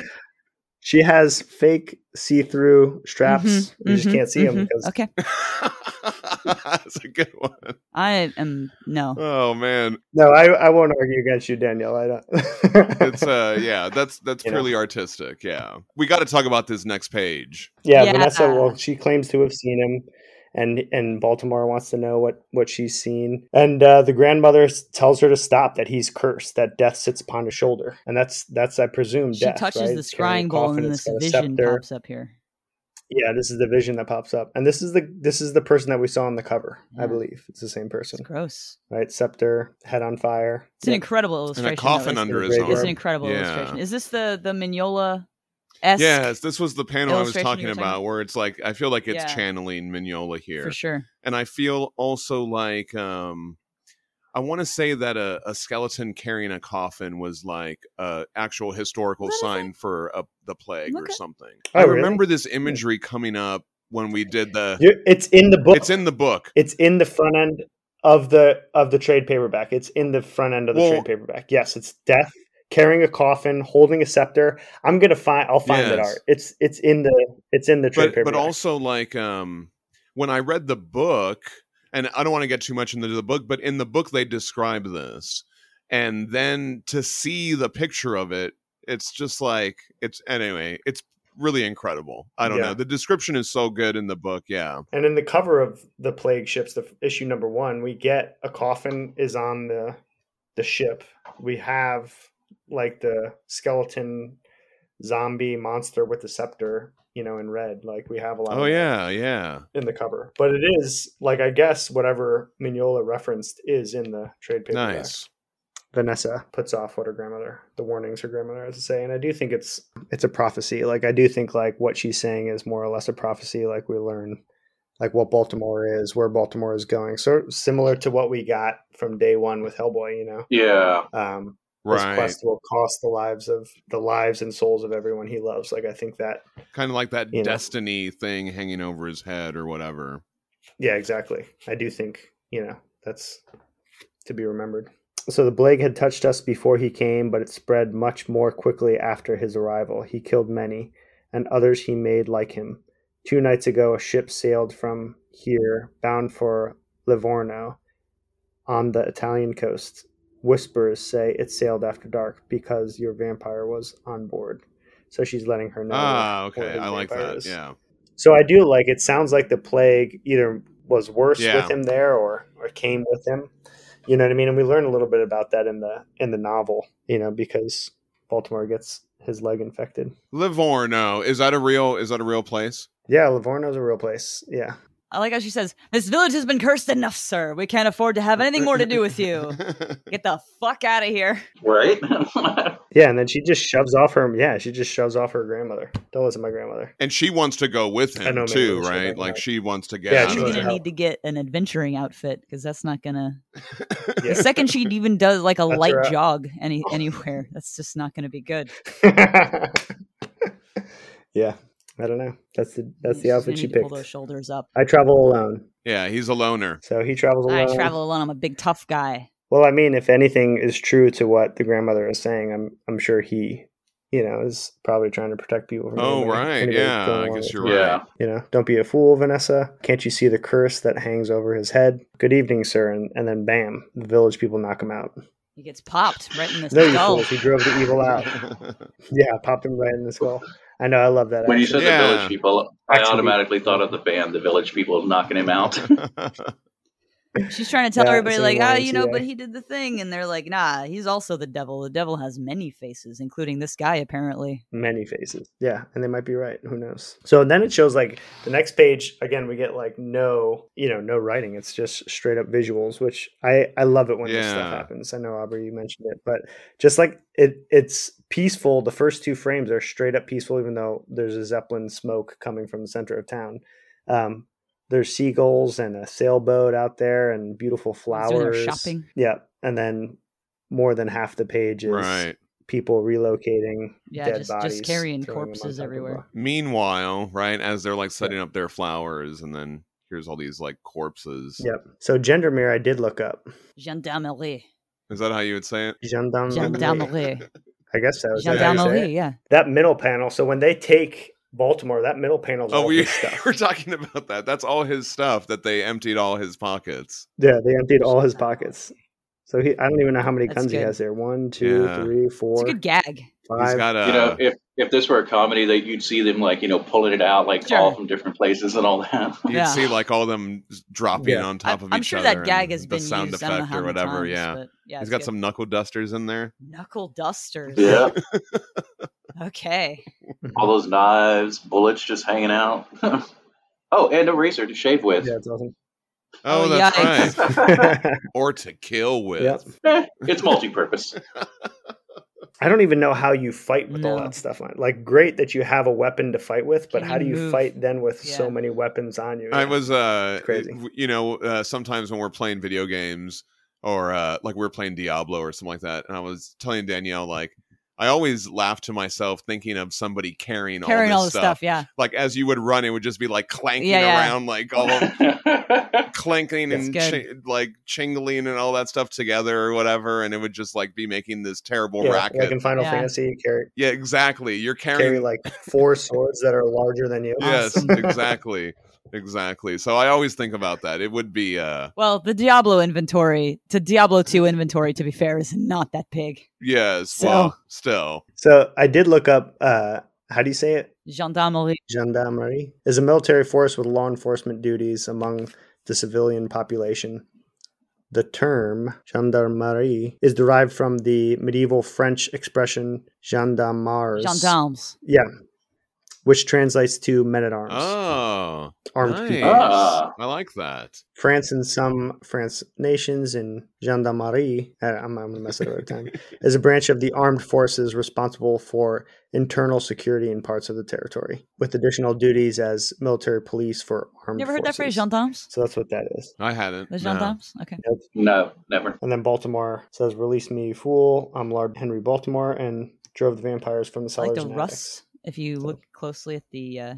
D: She has fake see-through straps.
C: Mhm,
D: you just
C: mhm,
D: can't see them
C: mhm.
D: because
C: Okay,
A: That's a good one.
C: I am no.
A: Oh man,
D: no, I, I won't argue against you, Danielle. I don't.
A: it's uh yeah. That's that's
D: You know.
A: purely artistic. Yeah, we got to talk about this next page.
D: Yeah,
C: Yeah.
D: Vanessa. Well, she claims to have seen him, and and Baltimore wants to know what what she's seen. And uh, the grandmother s- tells her to stop. That he's cursed. That death sits upon his shoulder. And that's that's I presume
C: She
D: death.
C: touches
D: right?
C: the
D: It's
C: scrying
D: carrying a
C: bowl
D: coffin,
C: and
D: it's
C: this
D: got a
C: vision
D: scepter.
C: pops up here.
D: Yeah, this is the vision that pops up, and this is the this is the person that we saw on the cover. I
C: Yeah.
D: believe it's the same
C: It's
D: person,
C: gross.
D: right? Scepter, head on fire.
C: It's an
D: Yep.
C: incredible illustration. though.
A: coffin
C: It's-
A: under
D: his
C: It's
D: arm.
C: an incredible
A: Yeah.
C: illustration. Is this the the Mignola? esque?
A: Yes, this was the panel I was
C: illustration you
A: talking
C: were
A: about,
C: talking about?
A: where it's like I feel like it's
C: Yeah.
A: channeling Mignola here,
C: for sure.
A: and I feel also like um, I want to say that a, a skeleton carrying a coffin was like a actual historical
C: What is
A: sign for a, the plague or
C: Okay.
A: something.
D: Oh,
A: I
D: really?
A: remember this imagery coming up when we did the.
D: You're- It's in the book.
A: It's in the book.
D: It's in the front end of the of the trade paperback. It's in the front end of the
A: Well-
D: trade paperback. Yes, it's death carrying a coffin, holding a scepter. I'm gonna find. I'll find that
A: Yes.
D: art. It's it's in the it's in the trade
A: but
D: paperback.
A: but also like um when I read the book, and I don't want to get too much into the book, but in the book they describe this, and then to see the picture of it, it's just like it's anyway, it's really incredible. I don't
D: Yeah.
A: know. The description is so good in the book. Yeah,
D: and in the cover of the plague ships, the f- issue number one, we get a coffin is on the the ship. We have like the skeleton zombie monster with the scepter, you know, in red. Like we have a lot.
A: oh
D: of
A: yeah, yeah.
D: in the cover. But it is like I guess whatever Mignola referenced is in the trade paperback.
A: Nice.
D: Vanessa puts off what her grandmother, the warnings her grandmother has to say, and I do think it's it's a prophecy. Like I do think like what she's saying is more or less a prophecy. Like we learn like what Baltimore is, where Baltimore is going. So similar to what we got from day one with Hellboy, you know.
B: Yeah.
D: Um, This
A: Right.
D: quest will cost the lives of the lives and souls of everyone he loves. Like I think that
A: Kind of like that
D: you know.
A: destiny thing hanging over his head or whatever.
D: Yeah, exactly. I do think, you know, that's to be remembered. So the plague had touched us before he came, but it spread much more quickly after his arrival. He killed many, and others he made like him. Two nights ago, a ship sailed from here, bound for Livorno on the Italian coast. Whispers say it sailed after dark because your vampire was on board. So she's letting her know.
A: Ah,
D: where
A: okay.
D: his
A: I like
D: vampire
A: that.
D: is.
A: Yeah.
D: So I do like it sounds like the plague either was worse
A: Yeah.
D: with him there or or came with him. You know what I mean? And we learn a little bit about that in the in the novel, you know, because Baltimore gets his leg infected.
A: Livorno is that a real is that a real place?
D: Yeah, Livorno's a real place. Yeah.
C: I like how she says, "This village has been cursed enough, sir. We can't afford to have anything more to do with you. Get the fuck out of here."
B: Right?
D: Yeah, and then she just shoves off her. Yeah, she just shoves off her grandmother. Don't listen to my grandmother.
A: And she wants to go with
D: I
A: him
D: know, maybe
A: too,
D: we should
A: right?
D: have
A: Like
D: that.
A: she wants to get
D: Yeah,
A: out
D: she
C: She's
A: of
D: wants
A: there.
C: gonna
D: help.
C: need to get an adventuring outfit because that's not gonna.
D: Yeah.
C: The second she even does like a
D: That's
C: light
D: right.
C: jog any anywhere, that's just not gonna be good.
D: yeah, I don't know. That's the that's the
C: She's
D: outfit
C: gonna
D: she
C: need to Pull
D: picked.
C: those shoulders up.
D: I travel alone,
A: Yeah, he's a loner.
D: so he travels alone.
C: I travel alone. I'm a big tough guy.
D: Well, I mean, if anything is true to what the grandmother is saying, I'm I'm sure he, you know, is probably trying to protect people from.
A: Oh
D: anybody-
A: right,
D: anybody
A: yeah.
D: going
A: I
D: along
A: guess
D: with
A: you're
D: him.
A: right.
B: Yeah.
D: You know, don't be a fool, Vanessa. Can't you see the curse that hangs over his head? Good evening, sir. And, and then, bam, the village people knock him out.
C: He gets popped right in the
D: There you
C: skull.
D: fools. He drove the evil out. Yeah, popped him right in the skull. I know. I love that.
B: When you
D: accent.
B: said
A: Yeah.
B: the village people, I
D: Actually-
B: automatically thought of the band, the village people knocking him out.
C: She's trying to tell
D: Yeah,
C: everybody
D: so
C: like,
D: why
C: ah,
D: is
C: you
D: he
C: know,
D: a-
C: but he did the thing, and they're like, nah, he's also the devil. The devil has many faces, including this guy apparently.
D: many faces. Yeah, and they might be right. Who knows? So then it shows like the next page again. We get like no, you know, no writing. It's just straight up visuals, which I I love it when this stuff
A: Yeah.
D: happens. I know Aubrey, you mentioned it, but just like it, it's peaceful. The first two frames are straight up peaceful, even though there's a zeppelin smoke coming from the center of town. Um, there's seagulls and a sailboat out there, and beautiful
C: He's doing their
D: flowers.
C: shopping.
D: Yeah, and then more than half the page is
A: right.
D: people relocating
C: Yeah,
D: dead
C: just- just
D: bodies,
C: carrying
D: throwing them on
C: corpses
D: top of
C: everywhere.
A: Meanwhile, right as they're like setting up their flowers, and then here's all these like corpses.
D: a- Yep. So gendermere, I did look up
C: Gendarmerie.
A: Is that how you would say it?
D: Mm-hmm. gendarmerie.
C: Gendarmerie.
D: I guess that was how you say
A: Gendarmerie,
D: it.
C: Gendarmerie. Yeah.
D: That middle panel. So when they take Baltimore, that middle panel is
A: Oh,
D: all
A: we
D: his stuff.
A: were talking about that. That's all his stuff that they emptied all his pockets.
D: Yeah, they emptied all his pockets. So he, I don't even know how many
C: That's
D: guns he
C: good.
D: has there. One, two,
A: Yeah.
D: three,
C: It's
D: four,
C: a good gag.
A: He's
D: five.
A: got a
B: you know, if if this were a comedy, that you'd see them like you know pulling it out like
C: Sure.
B: all from different places and all that.
A: You'd
C: Yeah.
A: see like all them s- dropping
D: Yeah.
A: on top
C: I'm,
A: of
C: I'm
A: each
C: sure
A: other.
C: that gag
A: and
C: has
A: the
C: been
A: sound
C: used. I don't know
A: effect
C: how
A: or
C: many
A: whatever.
C: times,
A: yeah,
C: but yeah,
A: he's
C: it's
A: got
C: good.
A: some knuckle dusters in there.
C: knuckle dusters.
B: yeah,
C: Okay.
D: Mhm.
B: all those knives, bullets just hanging out. oh, and a razor to shave with.
D: Yeah, it's awesome.
A: Oh,
C: Oh,
A: that's
C: yikes.
A: right. Or to kill with.
D: Yep.
B: Eh, it's multi-purpose.
D: I don't even know how you fight with all
C: No.
D: that stuff on. Like, great that you have a weapon to fight with, but
C: Can
D: how
C: you
D: do you
C: move?
D: fight then with
C: Yeah.
D: so many weapons on you?
A: I
D: Yeah.
A: was, uh,
D: It's crazy.
A: w- you know, uh, sometimes when we're playing video games or uh, like we were playing Diablo or something like that, and I was telling Danielle, like, I always laugh to myself thinking of somebody carrying,
C: Carrying
A: all
C: all
A: this
C: the
A: stuff.
C: stuff. Yeah.
A: Like, as you would run, it would just be like clanking
C: Yeah, yeah.
A: around, like all clanking
C: That's
A: and
C: good.
A: chi- like chingling and all that stuff together or whatever. And it would just like be making this terrible
D: Yeah,
A: racket.
D: like in Final
C: Yeah.
D: Fantasy, you carry
A: yeah, exactly. You're carrying
D: carry like four swords that are larger than you.
A: Yes,
C: Awesome.
A: exactly. Exactly. So I always think about that. It would be uh
C: Well, the Diablo inventory to Diablo 2 inventory, to be fair, is not that big.
A: yes,
C: So-
A: well, still.
D: So I did look up. Uh, how do you say it?
C: Gendarmerie.
D: Gendarmerie is a military force with law enforcement duties among the civilian population. The term gendarmerie is derived from the medieval French expression gendarmes,
C: Gendarmes.
D: yeah, which translates to men at arms,
A: Oh.
D: armed
A: nice.
D: people.
B: Ah.
A: I like that.
D: France and some France nations in gendarmerie, I- I'm, I'm gonna mess it up every time, is a branch of the armed forces responsible for internal security in parts of the territory, with additional duties as military police for armed
C: You ever heard that phrase,
D: forces.
C: gendarmes?
D: So that's what that is.
A: I hadn't.
C: The
A: no.
C: gendarmes? Okay.
B: no, never.
D: And then Baltimore says, "Release me, you fool! I'm Lord Henry Baltimore, and drove the vampires from the
C: I
D: cellars."
C: like the
D: and
C: rust. If you
D: So-
C: look closely at the, uh,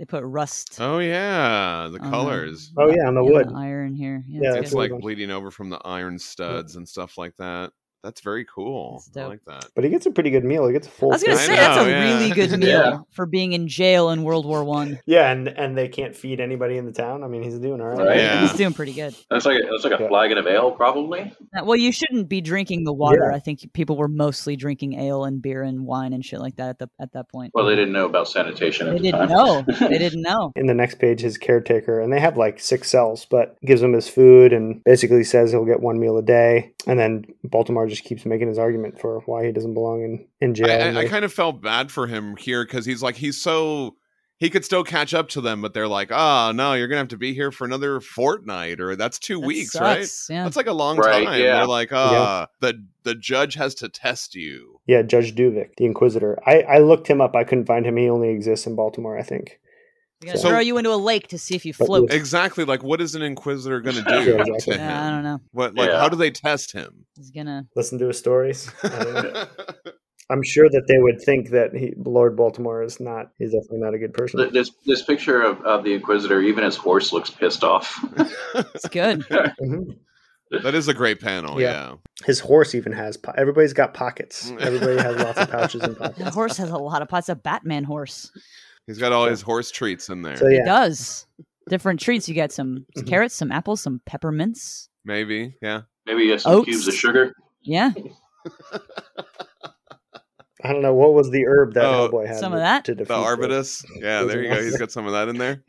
C: they put rust.
A: Oh yeah, the
C: on
A: colors.
D: Oh, yeah, on the
C: yeah,
D: wood.
C: iron here. Yeah,
D: Yeah,
C: it's
A: It's
D: a
C: good.
A: like
D: good one.
A: bleeding over from the iron studs and stuff like that. That's very cool.
C: That's
A: I
C: dope.
A: like that.
D: But he gets a pretty good meal. He gets a full.
C: I was gonna
A: I
D: feast.
C: say that's
A: know,
C: a
A: yeah.
C: really good meal
B: Yeah.
C: for being in jail in World War One.
D: Yeah, and and they can't feed anybody in the town. I mean, he's doing all right.
B: Right.
A: Yeah.
C: He's doing pretty good.
B: That's like a, that's like a
D: Yeah.
B: flagon of ale, probably.
C: Uh, Well, you shouldn't be drinking the water.
D: Yeah.
C: I think people were mostly drinking ale and beer and wine and shit like that at the at that point.
B: Well, they didn't know about sanitation at
C: they
B: the time.
C: didn't know. They didn't know.
D: in the next page his caretaker and they have like six cells but gives him his food and basically says he'll get one meal a day and then baltimore just keeps making his argument for why he doesn't belong in, in jail
A: I,
D: and
A: I, I
D: they-
A: kind of felt bad for him here because he's like he's so he could still catch up to them, but they're like, oh no, you're gonna have to be here for another fortnight or that's two
C: That
A: weeks, right?
C: sucks, Yeah.
A: That's like "Ah, a long
B: Right,
A: time.
B: yeah.
A: They're like, uh, the the judge has to test you.
D: Yeah, Judge Duvik, the Inquisitor. I, I looked him up. I couldn't find him. He only exists in Baltimore, I think.
C: They're gonna
A: So-
C: throw you into a lake to see if you
D: But
C: float.
A: Exactly. Like, what is an inquisitor going to do?
B: Yeah,
D: exactly.
A: to him?
C: Yeah, I don't know.
A: What? Like,
B: Yeah.
A: how do they test him?
C: He's gonna.
D: Listen to his stories. I don't know. I'm sure that they would think that he, Lord Baltimore is not. He's definitely not a good person.
B: Th- This this picture of, of the Inquisitor, even his horse looks pissed off.
C: It's good.
D: Mhm.
A: that is a great panel. Yeah.
D: Yeah. His horse even has. Po- Everybody's got pockets.
A: Mm.
D: Everybody has lots of pouches and
C: The
D: pockets.
C: horse has a lot of pots. A Batman horse.
A: He's got all his horse treats in there.
D: So
C: It
D: yeah,
C: does. Different treats. You got some
A: Mm-hmm.
D: Mhm.
C: carrots, some apples, some peppermints.
A: Maybe. Yeah.
B: Maybe he has some
C: Oats.
B: cubes of sugar.
C: Yeah.
D: I don't know what was the herb that
A: Oh,
D: Hellboy had.
C: some of that?
D: to
A: The
D: defeat those?
A: Arbutus. Yeah. There you go. He's got some of that in there.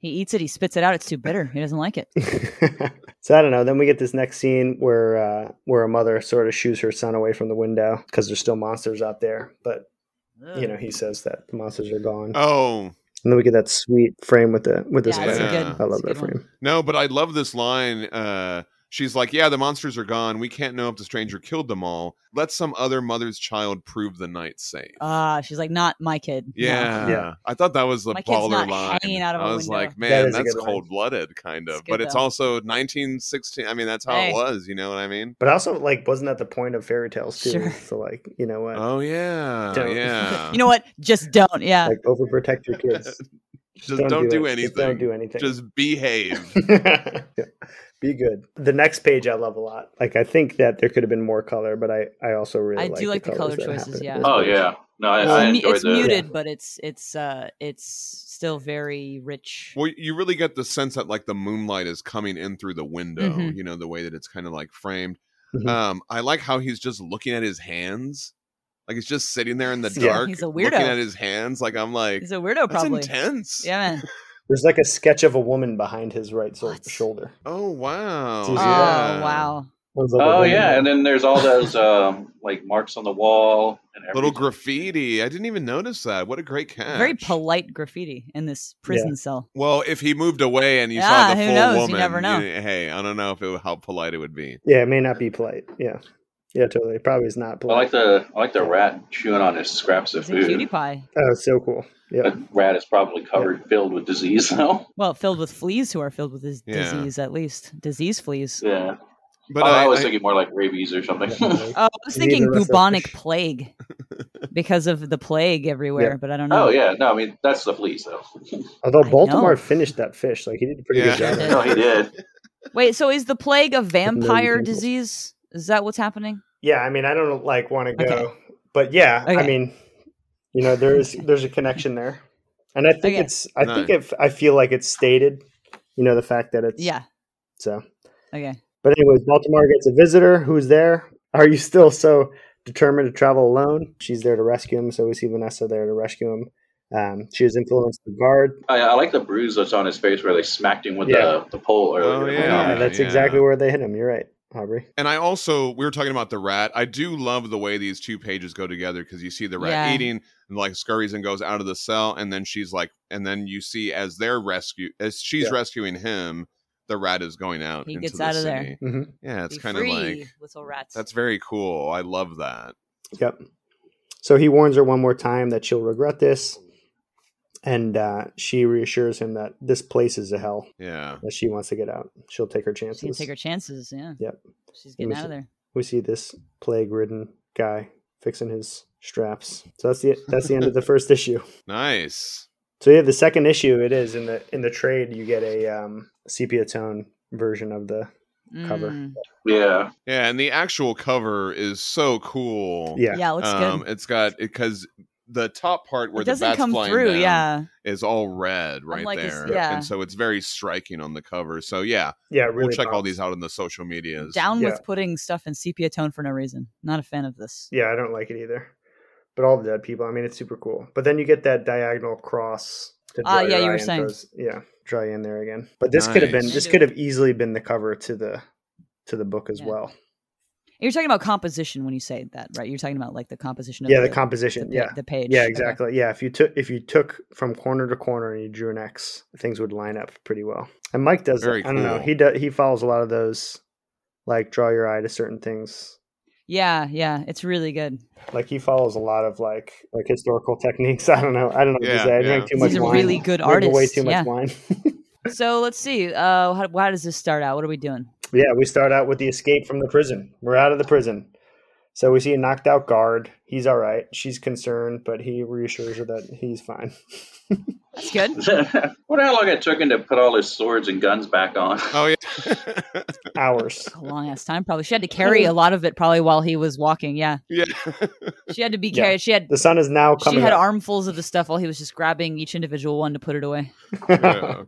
C: He eats it. He spits it out. It's too bitter. He doesn't like it.
D: so I don't know. Then we get this next scene where uh, where a mother sort of shoos her son away from the window because there's still monsters out there. But you know, he says that the monsters are gone.
A: Oh
D: And then we get that sweet frame with the with the
C: yeah,
A: this
C: it's a
A: better.
D: spider.
C: good.
A: Yeah.
C: it's
D: I
C: a
D: love that
C: good one.
D: frame.
A: no, but I love this line. Uh, she's like, "Yeah, the monsters are gone. We can't know if the stranger killed them all. Let some other mother's child prove the night safe."
C: Ah, she's like, not my kid. No.
A: Yeah.
D: Yeah.
A: I thought that was the
C: My kid's
A: baller
C: not
A: line.
C: hanging out of a
A: I was
C: window.
A: like,
C: That
A: man,
D: is a
A: that's
D: good line.
A: cold blooded, kind of.
C: It's
A: but
C: good,
A: it's
C: though.
A: also 1916. I mean, that's how
C: Hey.
A: it was. You know what I mean?
D: But also, like, wasn't that the point of fairy tales too?
C: Sure.
D: So like, you know what?
A: Oh, yeah.
D: Don't.
A: Yeah.
C: You know what? Just don't. Yeah.
D: like overprotect your kids.
A: just don't, do
D: it.
A: anything.
D: Just don't do anything.
A: Just behave.
D: Yeah. Be good. The next page I love a lot. Like I think that there could have been more color, but I I also really
C: I
D: like
C: do like the
D: colors
C: color
D: that
C: choices,
D: happen
C: yeah.
D: in this
B: Oh
D: page.
B: yeah, no, I,
C: it's
B: I
C: mu-
B: enjoyed
C: it's
B: the.
C: muted, but it's it's uh it's still very rich.
A: well, you really get the sense that, like, the moonlight is coming in through the window,
C: Mhm.
A: you know, the way that it's kind of like framed.
D: Mhm.
A: Um, I like how he's just looking at his hands. Like, he's just sitting there in the
D: Yeah.
A: dark.
C: He's a
A: Looking
C: weirdo.
A: at his hands. Like, I'm like,
C: He's a weirdo,
A: that's
C: probably.
A: intense.
C: Yeah, man.
D: There's like a sketch of a woman behind his right so-
C: What?
D: shoulder.
A: Oh, wow.
D: It's easy
C: Oh
D: to-
A: Yeah.
C: wow.
D: There's like a
B: Oh
D: woman
B: yeah,
D: there.
B: and then there's all those um, like marks on the wall and everything.
A: little graffiti. I didn't even notice that. What a great catch!
C: Very polite graffiti in this prison cell.
A: Well, if he moved away and you saw
C: Yeah,
A: the
C: who
A: full
C: knows? You
A: woman,
C: never know.
A: hey, I don't know if it, how polite it would be.
D: yeah, it may not be polite. Yeah, yeah, totally. Probably is not
B: I
D: polite.
B: like the I like the rat chewing on his scraps of
C: It's a cutie
B: food.
C: pie.
D: oh, it's so cool. Yeah,
B: That rat is probably covered, filled with disease now.
C: Well, filled with fleas who are filled with this
A: Yeah.
C: disease, at least disease fleas.
B: Yeah,
A: But
B: Oh, I,
A: I,
B: was
A: I-
B: thinking more like rabies or something.
D: Definitely.
C: Oh, I was
D: You need
C: thinking
D: to rest up.
C: bubonic plague because of the plague everywhere, but I don't know.
B: oh yeah, no, I mean that's the fleas though.
D: Although
C: I
D: Baltimore
C: know.
D: finished that fish, like he did a pretty
A: Yeah.
D: good job.
B: No, he did.
C: Wait, so is the plague a vampire
D: people.
C: disease? Is that what's happening?
D: Yeah, I mean, I don't like want to go,
C: Okay.
D: but yeah, I
C: Okay.
D: mean, you know, there is there's a connection there, and I think
C: Okay.
D: it's I think
A: No.
D: if I feel like it's stated, you know, the fact that it's
C: Yeah.
D: So,
C: Okay.
D: but anyways, Baltimore gets a visitor who's there. Are you still so determined to travel alone? She's there to rescue him. So we see Vanessa there to rescue him. Um, she has influenced the guard.
B: I, I like the bruise that's on his face where they smacked him with
D: Yeah.
B: the, the pole earlier.
A: Oh,
D: Yeah,
A: Yeah,
D: Uh, that's
A: yeah.
D: exactly where they hit him. You're right, Aubrey.
A: and I also we were talking about the rat. I do love the way these two pages go together because you see the rat
C: Yeah.
A: eating and like scurries and goes out of the cell, and then she's like, and then you see as they're rescue as she's
D: Yeah.
A: rescuing him, the rat is going out.
C: He
A: into
C: gets
A: the
C: out of there.
A: city.
D: hmm
A: Yeah, it's
C: Be
A: kind of
C: free,
A: like
C: little rats.
A: that's very cool. I love that.
D: Yep. So he warns her one more time that she'll regret this, and uh, she reassures him that this place is a hell.
A: Yeah.
D: That she wants to get out. She'll take her
C: She's gonna
D: chances.
C: take her chances. Yeah.
D: Yep.
C: She's getting
D: was-
C: out of there.
D: we see this plague-ridden guy fixing his straps. So that's the that's the end of the first issue.
A: Nice.
D: So yeah, the second issue it is in the in the trade you get a um, sepia tone version of the cover.
C: Mm.
B: Yeah,
A: Yeah, and the actual cover is so cool.
D: yeah.
C: Yeah, it looks
A: um,
C: Oh, good.
A: It's got because the top part where
C: It
A: the
C: doesn't
A: bats
C: come
A: flying down
C: through. Yeah.
A: is all red right
C: Unlike his-
A: there,
C: yeah.
A: and so it's very striking on the cover. So yeah,
D: yeah. Really
A: we'll check all
D: bombs.
A: these out on the social medias.
C: Down
D: Yeah.
C: with putting stuff in sepia tone for no reason. Not a fan of this.
D: Yeah, I don't like it either. But all the dead people. I mean, it's super cool. But then you get that diagonal cross. To
C: Ah, yeah,
D: draw your
C: you
D: eye
C: were
D: in
C: saying.
D: those- yeah, draw you in there again. But this could have been
A: Nice.
D: this could have easily been the cover to the to the book as
C: Yeah.
D: well.
C: You're talking about composition when you say that, right? You're talking about like the composition of
D: yeah,
C: the,
D: the,
C: the,
D: composition.
C: pa-
D: yeah,
C: the page.
D: yeah,
C: Okay.
D: exactly. Yeah, if you took if you took from corner to corner and you drew an X, things would line up pretty well. And Mike does. that.
A: Very
D: I don't know.
A: cool.
D: He does. He follows a lot of those, like draw your eye to certain things.
C: Yeah, yeah, it's really good.
D: Like he follows a lot of like like historical techniques. I don't know. I don't know. what
A: Yeah,
D: to say. I
A: yeah.
D: drank too
C: He's
D: much
C: a
D: wine.
C: really good
D: Drank Way
C: artist,
D: too much
C: yeah.
D: wine.
C: So let's see. Uh, how, how does this start out? What are we doing?
D: yeah, we start out with the escape from the prison. We're out of the prison. So we see a knocked out guard. He's all right. She's concerned, but he reassures her that he's fine.
C: That's good.
B: what how long it took him to put all his swords and guns back on?
A: Oh yeah,
D: Hours.
C: A long ass time, probably. She had to carry a lot of it, probably while he was walking. Yeah,
A: yeah.
C: she had to be
D: Yeah.
C: carried. She had
D: The sun is now
C: she
D: coming
C: had
D: up.
C: armfuls of the stuff while he was just grabbing each individual one to put it away.
A: Yeah.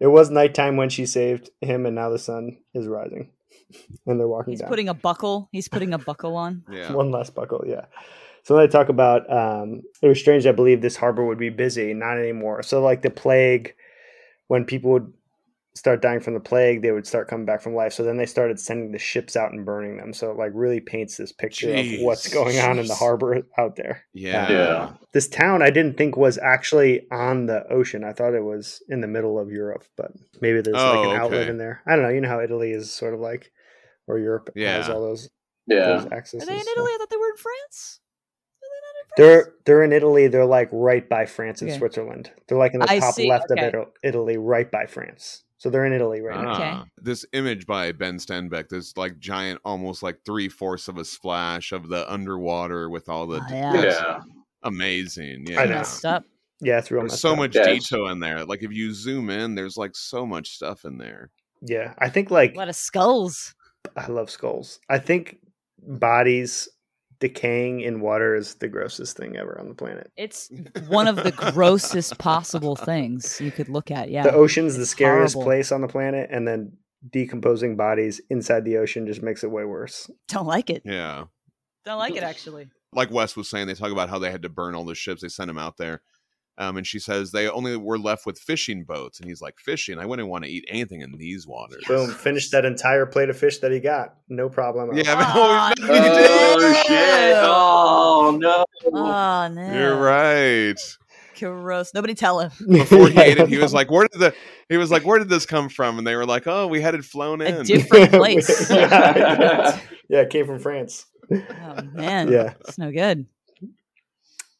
D: It was nighttime when she saved him, and now the sun is rising, and they're walking
C: He's
D: down.
C: putting a buckle. He's putting a buckle on.
A: yeah.
D: One last buckle, yeah. So they talk about um, it was strange. I believe this harbor would be busy, not anymore. So like the plague, when people would start dying from the plague, they would start coming back from life. So then they started sending the ships out and burning them. So it like really paints this picture of what's
A: Jeez.
D: going on in the harbor out there.
A: Yeah.
B: Yeah.
D: This town I didn't think was actually on the ocean. I thought it was in the middle of Europe, but maybe there's like
A: Oh,
D: an outlet
A: okay.
D: in there. I don't know. You know how Italy is sort of like, or Europe has
A: Yeah.
D: all those,
B: Yeah.
D: those accesses.
C: Are they in
D: so.
C: Italy? I thought they were in France. Are they not in France?
D: They're they're in Italy. They're like right by France and
C: Okay.
D: Switzerland. They're like in the
C: I
D: top
C: see,
D: left
C: okay.
D: of Italy, Italy, right by France. So they're in Italy right now.
A: Ah. This image by Ben Stenbeck, this like giant, almost like three fourths of a splash of the underwater with all the
C: Oh, yeah.
A: that's
B: Yeah.
A: amazing. Yeah,
D: I know.
C: messed up.
D: Yeah, it's real.
A: There's
D: messed
A: so
D: up.
A: much
B: Yeah, it's-
A: detail in there. Like if you zoom in, there's like so much stuff in there.
D: Yeah, I think
C: A
D: like
C: lot of skulls.
D: I love skulls. I think bodies decaying in water is the grossest thing ever on the planet.
C: It's one of the grossest possible things you could look at. Yeah.
D: the ocean's the
C: it's
D: scariest
C: horrible.
D: place on the planet, and then decomposing bodies inside the ocean just makes it way worse.
C: Don't like it.
A: Yeah.
C: Don't like it actually.
A: Like Wes was saying, they talk about how they had to burn all the ships. They sent him out there. Um, and she says they only were left with fishing boats. And he's like, fishing? I wouldn't want to eat anything in these waters.
D: Boom! Finished that entire plate of fish that he got. No problem.
A: Yeah. but-
C: Ah,
A: no,
C: no.
A: you
B: Oh
A: didn't.
B: shit! Oh no!
C: Oh no.
A: You're right.
C: Gross. Nobody tell him.
A: Before he ate it, he was like, "Where did the?" He was like, "Where did this come from?" And they were like, "Oh, we had it flown in."
C: A different place.
B: Oh.
D: yeah, it came from France.
C: Oh man.
D: Yeah.
C: It's no good.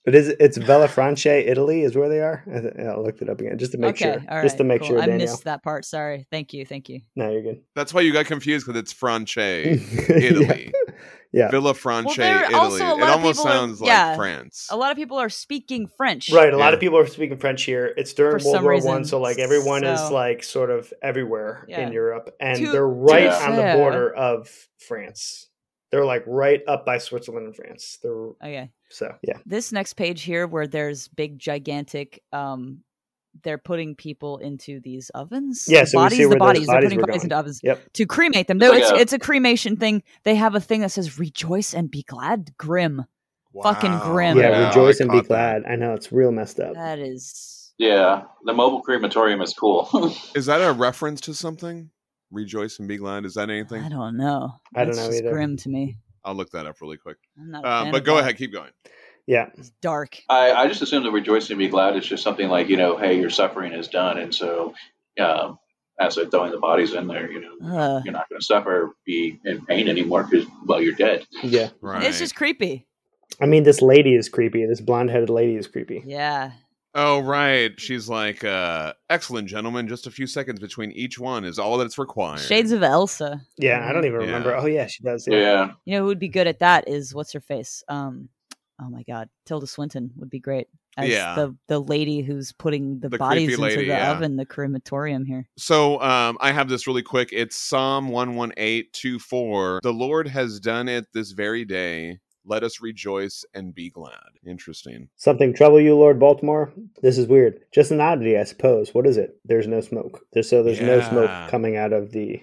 D: But is it- it's Villafranche, Italy, is where they are. I, th- I looked it up again just to make
C: okay.
D: sure.
C: All right.
D: just to make
C: cool.
D: sure,
C: I
D: Daniel.
C: missed that part. Sorry. Thank you. Thank you.
D: No, you're good.
A: That's why you got confused because it's France, Italy,
D: Italy. Yeah.
A: Villa France,
C: there are
A: Italy.
C: also a lot
A: it
C: of
A: almost
C: people are-
A: sounds
C: yeah.
A: like France.
C: A lot of people are speaking French.
D: Right. A lot
A: Yeah.
D: of people are speaking French here. It's during
C: For
D: World
C: some
D: War
C: reason,
D: One, so like everyone is
C: so-
D: like sort of everywhere
C: Yeah.
D: in Europe, and
C: To-
D: they're right
B: to
D: on the
C: fair-
D: border of France. They're like right up by Switzerland and France. They're
C: Okay.
D: so yeah.
C: This next page here where there's big gigantic um they're putting people into these ovens.
D: Yeah,
C: The
D: so we
C: bodies,
D: see
C: the
D: where those
C: bodies. They're
D: bodies
C: putting
D: were
C: bodies
D: going.
C: into ovens.
D: Yep.
C: to cremate them. No,
B: Like
C: it's
B: a-
C: it's a cremation thing. They have a thing that says rejoice and be glad, grim. fucking grim.
D: Yeah.
A: I
D: rejoice and be
A: caught that.
D: glad. I know it's real messed up.
C: That is
B: Yeah, the mobile crematorium is cool.
A: Is that a reference to something? Rejoice and be glad. Is that
C: I
A: anything?
C: don't know.
D: I don't
C: That's
D: know
C: just
D: either.
C: grim to me.
A: I'll look that up really quick.
C: I'm not a
A: Um,
C: fan
A: but
C: of
A: go
C: that.
A: ahead, keep going.
D: Yeah.
C: It's dark.
B: I, I just assume the rejoicing and be glad is just something like you know, hey, your suffering is done, and so um, as they're throwing the bodies in there, you know,
C: Ugh.
B: you're not going to suffer, or be in pain anymore because well, you're dead.
D: Yeah.
A: Right.
C: It's just creepy.
D: I mean, this lady is creepy. This blonde-headed lady is creepy.
C: Yeah.
A: Oh right. She's like, uh, excellent gentlemen, just a few seconds between each one is all that's required.
C: Shades of Elsa.
D: Yeah, I don't even
A: Mm-hmm. Yeah.
D: remember. Oh yeah, she does. Yeah.
B: Yeah,
C: You know who would be good at that is what's her face? Um oh my god. Tilda Swinton would be great. As
A: Yeah.
C: the, the lady who's putting the,
A: The
C: bodies
A: creepy
C: into
A: lady,
C: the
A: yeah.
C: oven, the crematorium here.
A: So um, I have this really quick. It's Psalm 11824. The Lord has done it this very day. Let us rejoice and be glad. Interesting.
D: Something trouble you, Lord Baltimore? This is weird. Just an oddity, I suppose. What is it? There's no smoke. There's so there's no
A: Yeah.
D: smoke coming out of the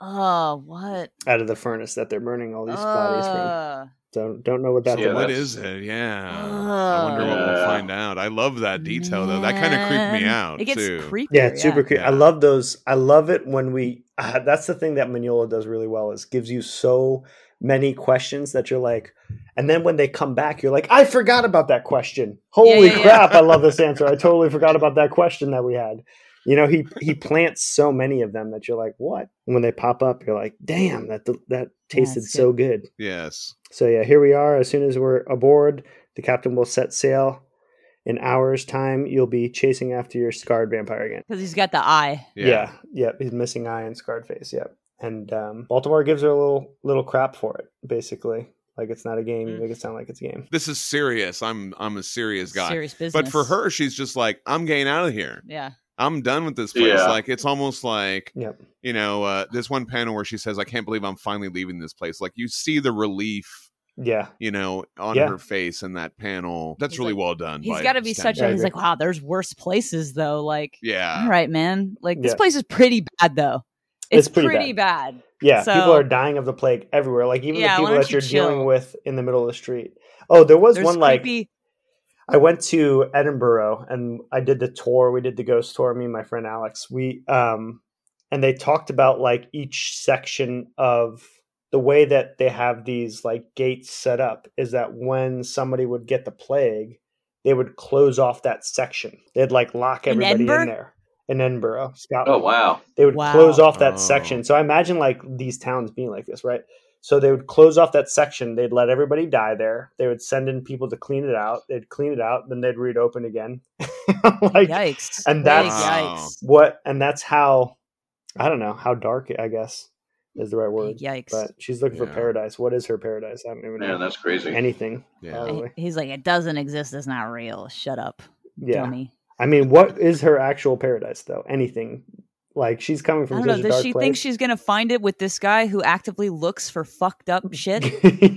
C: Oh, what?
D: out of the furnace that they're burning all these bodies from.
C: Ugh.
D: Don't don't know what that's
B: Yeah,
A: Uh. So what
D: about.
B: that's-
A: is it? Yeah. I
C: Oh.
A: wonder what we'll
B: Yeah.
A: find out. I love that detail though. That kind of creeped me
C: Man.
A: out
C: It gets
A: too.
C: creepy.
D: Yeah, it's super creepy. I
A: Yeah.
D: love those. I love it when we. Uh, that's the thing that Mignola does really well is gives you so many questions that you're like, and then when they come back, you're like, I forgot about that question. Holy
C: yeah, yeah.
D: crap! I love this answer. I totally forgot about that question that we had. You know, he he plants so many of them that you're like, what? And when they pop up, you're like, damn, that that tasted
C: that's
D: so good.
A: Yes.
D: So yeah, here we are. As soon as we're aboard, the captain will set sail. In hours' time, you'll be chasing after your scarred vampire again.
C: because he's got the eye.
A: Yeah.
D: Yeah, yeah, he's missing eye and scarred face. Yep, and um, Baltimore gives her a little little crap for it, basically. Like it's not a game. You
C: Mm.
D: make it sound like it's a game.
A: This is serious. I'm I'm a serious guy.
C: Serious business.
A: But for her, she's just like, I'm getting out of here.
C: yeah,
A: I'm done with this place.
B: Yeah.
A: Like it's almost like
D: Yep.
A: you know uh, this one panel where she says, "I can't believe I'm finally leaving this place." Like you see the relief,
D: Yeah,
A: you know, on
D: Yeah.
A: her face in that panel. That's
C: He's
A: really
C: like-
A: well done.
C: he's
A: by
C: got to be such
A: Stanley.
C: a.
D: I
C: He's like,
D: agree.
C: wow, there's worse places though. Like,
A: yeah.
C: all right, man. Like this
D: Yeah.
C: place is pretty bad though. It's,
D: It's pretty
C: pretty, bad.
D: yeah. people
C: So-
D: are dying of the plague everywhere. Like even
C: Yeah, why
D: the people
C: don't
D: that
C: you
D: you're dealing
C: chill?
D: with in the middle of the street. Oh, there was
C: There's
D: one like
C: creepy.
D: I went to Edinburgh and I did the tour. We did the ghost tour. Me and my friend Alex. We um, and they talked about like each section of the way that they have these like gates set up is that when somebody would get the plague, they would close off that section. They'd like lock
C: In
D: everybody in,
C: Edinburgh?
D: there in Edinburgh, Scotland
B: Oh wow.
D: they would
C: Wow.
D: close off that
A: Oh.
D: section. So I imagine like these towns being like this, right? So they would close off that section. They'd let everybody die there. They would send in people to clean it out. They'd clean it out, then they'd reopen again. like
C: yikes.
D: and
C: Big
D: that's-
A: Wow.
D: what? And that's how I don't know how dark I guess is the right
C: yikes.
D: word.
C: Big yikes.
D: But she's looking
A: Yeah.
D: for paradise. What is her paradise? I don't even
B: Man,
D: know
B: that's crazy.
D: anything.
A: Yeah.
C: And
D: Uh,
C: he- He's like, it doesn't exist. It's not real. Shut up,
D: Yeah,
C: dummy.
D: I mean, what is her actual paradise though? Anything? Like she's coming
C: I
D: from
C: don't
D: such
C: know.
D: a
C: Does
D: dark
C: she
D: place.
C: think she's gonna find it with this guy who actively looks for fucked up shit?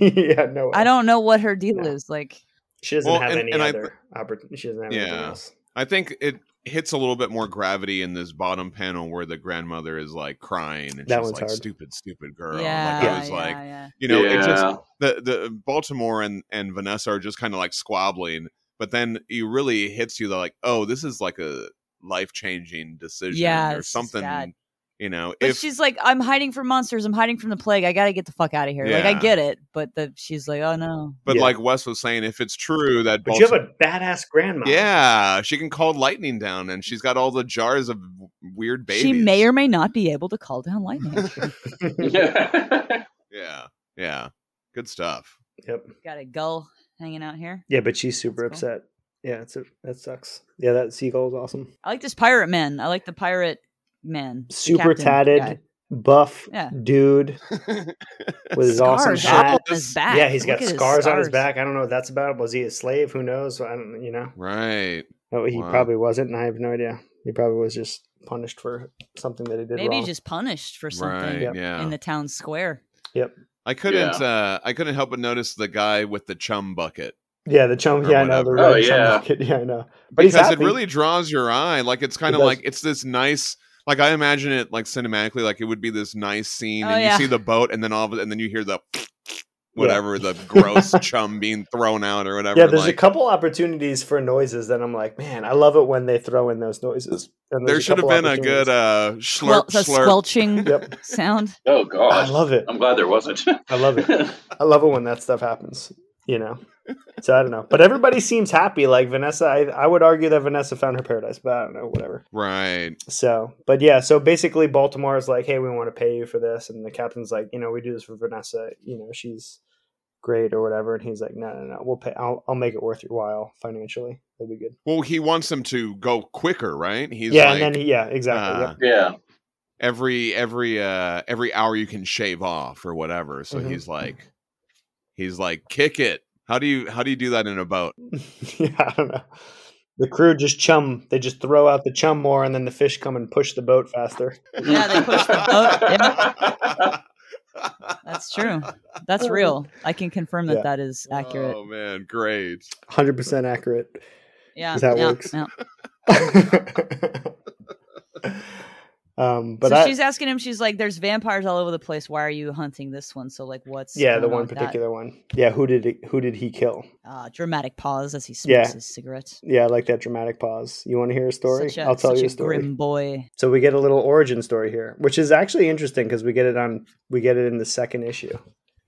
D: yeah, no. way.
C: I don't know what her deal
D: No.
C: is. Like,
D: She doesn't
A: Well,
D: have
A: and-
D: any
A: and I-
D: other opportunity. She doesn't have anything
A: Yeah.
D: else.
A: I think it hits a little bit more gravity in this bottom panel where the grandmother is like crying and
D: That
A: she's
D: one's
A: like
D: hard.
A: stupid, stupid girl.
C: yeah,
A: like I was
C: yeah,
A: like,
C: yeah.
A: you know,
B: yeah.
A: it just the the Baltimore and and Vanessa are just kind of like squabbling, but then it really hits you like, oh, this is like a life changing decision
C: Yeah,
A: or
C: this is bad.
A: something. You know,
C: But
A: if
C: she's like, I'm hiding from monsters. I'm hiding from the plague. I gotta get the fuck out of here. Like, I
A: Yeah.
C: get it, but the, she's like, oh no.
A: but
D: Yeah.
A: like Wes was saying, if it's true that
D: But you have
A: Baltimore-
D: a badass grandma.
A: yeah, she can call lightning down, and she's got all the jars of w- weird babies.
C: She may or may not be able to call down lightning.
B: yeah.
A: yeah, yeah, good stuff.
D: yep.
C: Got a gull hanging out here.
D: Yeah, but she's super
C: That's cool.
D: upset. Yeah, it's a, that sucks. Yeah, that seagull is awesome.
C: I like this pirate man. I like the pirate man. the
D: Super
C: captain
D: tatted,
C: guy.
D: buff
C: Yeah.
D: dude with his awesome
C: Scars all on
D: hat.
C: his back.
D: Yeah, he's got
C: Look at
D: scars, on his back. I don't know what that's about. Was he a slave? Who knows? I don't. You know,
A: right.
D: no, he
A: Wow.
D: probably wasn't, and I have no idea. He probably was just punished for something that he did
C: Maybe
D: wrong.
C: just punished for
A: Right.
C: something
D: Yep.
A: Yeah.
C: in the town square.
A: I couldn't. Uh, I couldn't help but notice the guy with the chum bucket
D: yeah, the chum.
A: or
D: Yeah, I know the
A: whatever.
D: red
B: Oh,
D: chum
B: yeah.
D: bucket. Yeah, I know. But he's
A: because it
D: happy.
A: really draws your eye. Like it's kind
D: It
A: of
D: does.
A: like it's this nice. Like I imagine it like cinematically, like it would be this nice scene,
C: Oh,
A: and
C: yeah.
A: you see the boat, and then all of it, and then you hear the whatever the gross chum being thrown out or whatever.
D: Yeah, there's a
A: like,
D: couple opportunities for noises that I'm like, man, I love it when they throw in those noises. And
A: there
D: there's
A: should have
D: couple
A: been a good
D: opportunities.
A: uh, slurp
C: Well, the
A: slurp.
C: squelching
D: Yep.
C: sound.
B: Oh
D: I
B: god.
D: love it.
B: I'm glad there wasn't.
D: I love it. I love it when that stuff happens. You know. So I don't know, but everybody seems happy. Like Vanessa, I, I would argue that Vanessa found her paradise, but I don't know, whatever.
A: Right.
D: So, but yeah, so basically, Baltimore is like, hey, we want to pay you for this, and the captain's like, you know, we do this for Vanessa. You know, she's great or whatever, and he's like, no, no, no, we'll pay. I'll, I'll make it worth your while financially. It'll be good.
A: Well, he wants them to go quicker, right? He's
D: yeah,
A: like
D: and then he, yeah, exactly. yep.
A: uh,
B: yeah.
A: every every uh every hour you can shave off or whatever. So
D: Mhm.
A: he's like, he's like, kick it. How do you how do you do that in a boat?
D: yeah, I don't know. The crew just chum. They just throw out the chum more, and then the fish come and push the boat faster.
C: Yeah, they pushed the boat, That's true. That's real. I can confirm that
D: Yeah.
C: that is accurate.
A: Oh man, great.
D: Hundred percent accurate.
C: yeah,
D: that
C: yeah,
D: works.
C: yeah.
D: um, but
C: so
D: I,
C: she's asking him. She's like, "There's vampires all over the place. Why are you hunting this one? So like, what's
D: yeah, the
C: going on
D: one
C: with that?"
D: particular one. Yeah, who did it, who did he kill?
C: Uh, dramatic pause as he smokes
D: Yeah.
C: his cigarette.
D: Yeah, I like that dramatic pause. You want to hear a story?
C: Such a,
D: I'll tell
C: such
D: you
C: a
D: a story.
C: grim boy.
D: So we get a little origin story here, which is actually interesting because we get it on we get it in the second issue.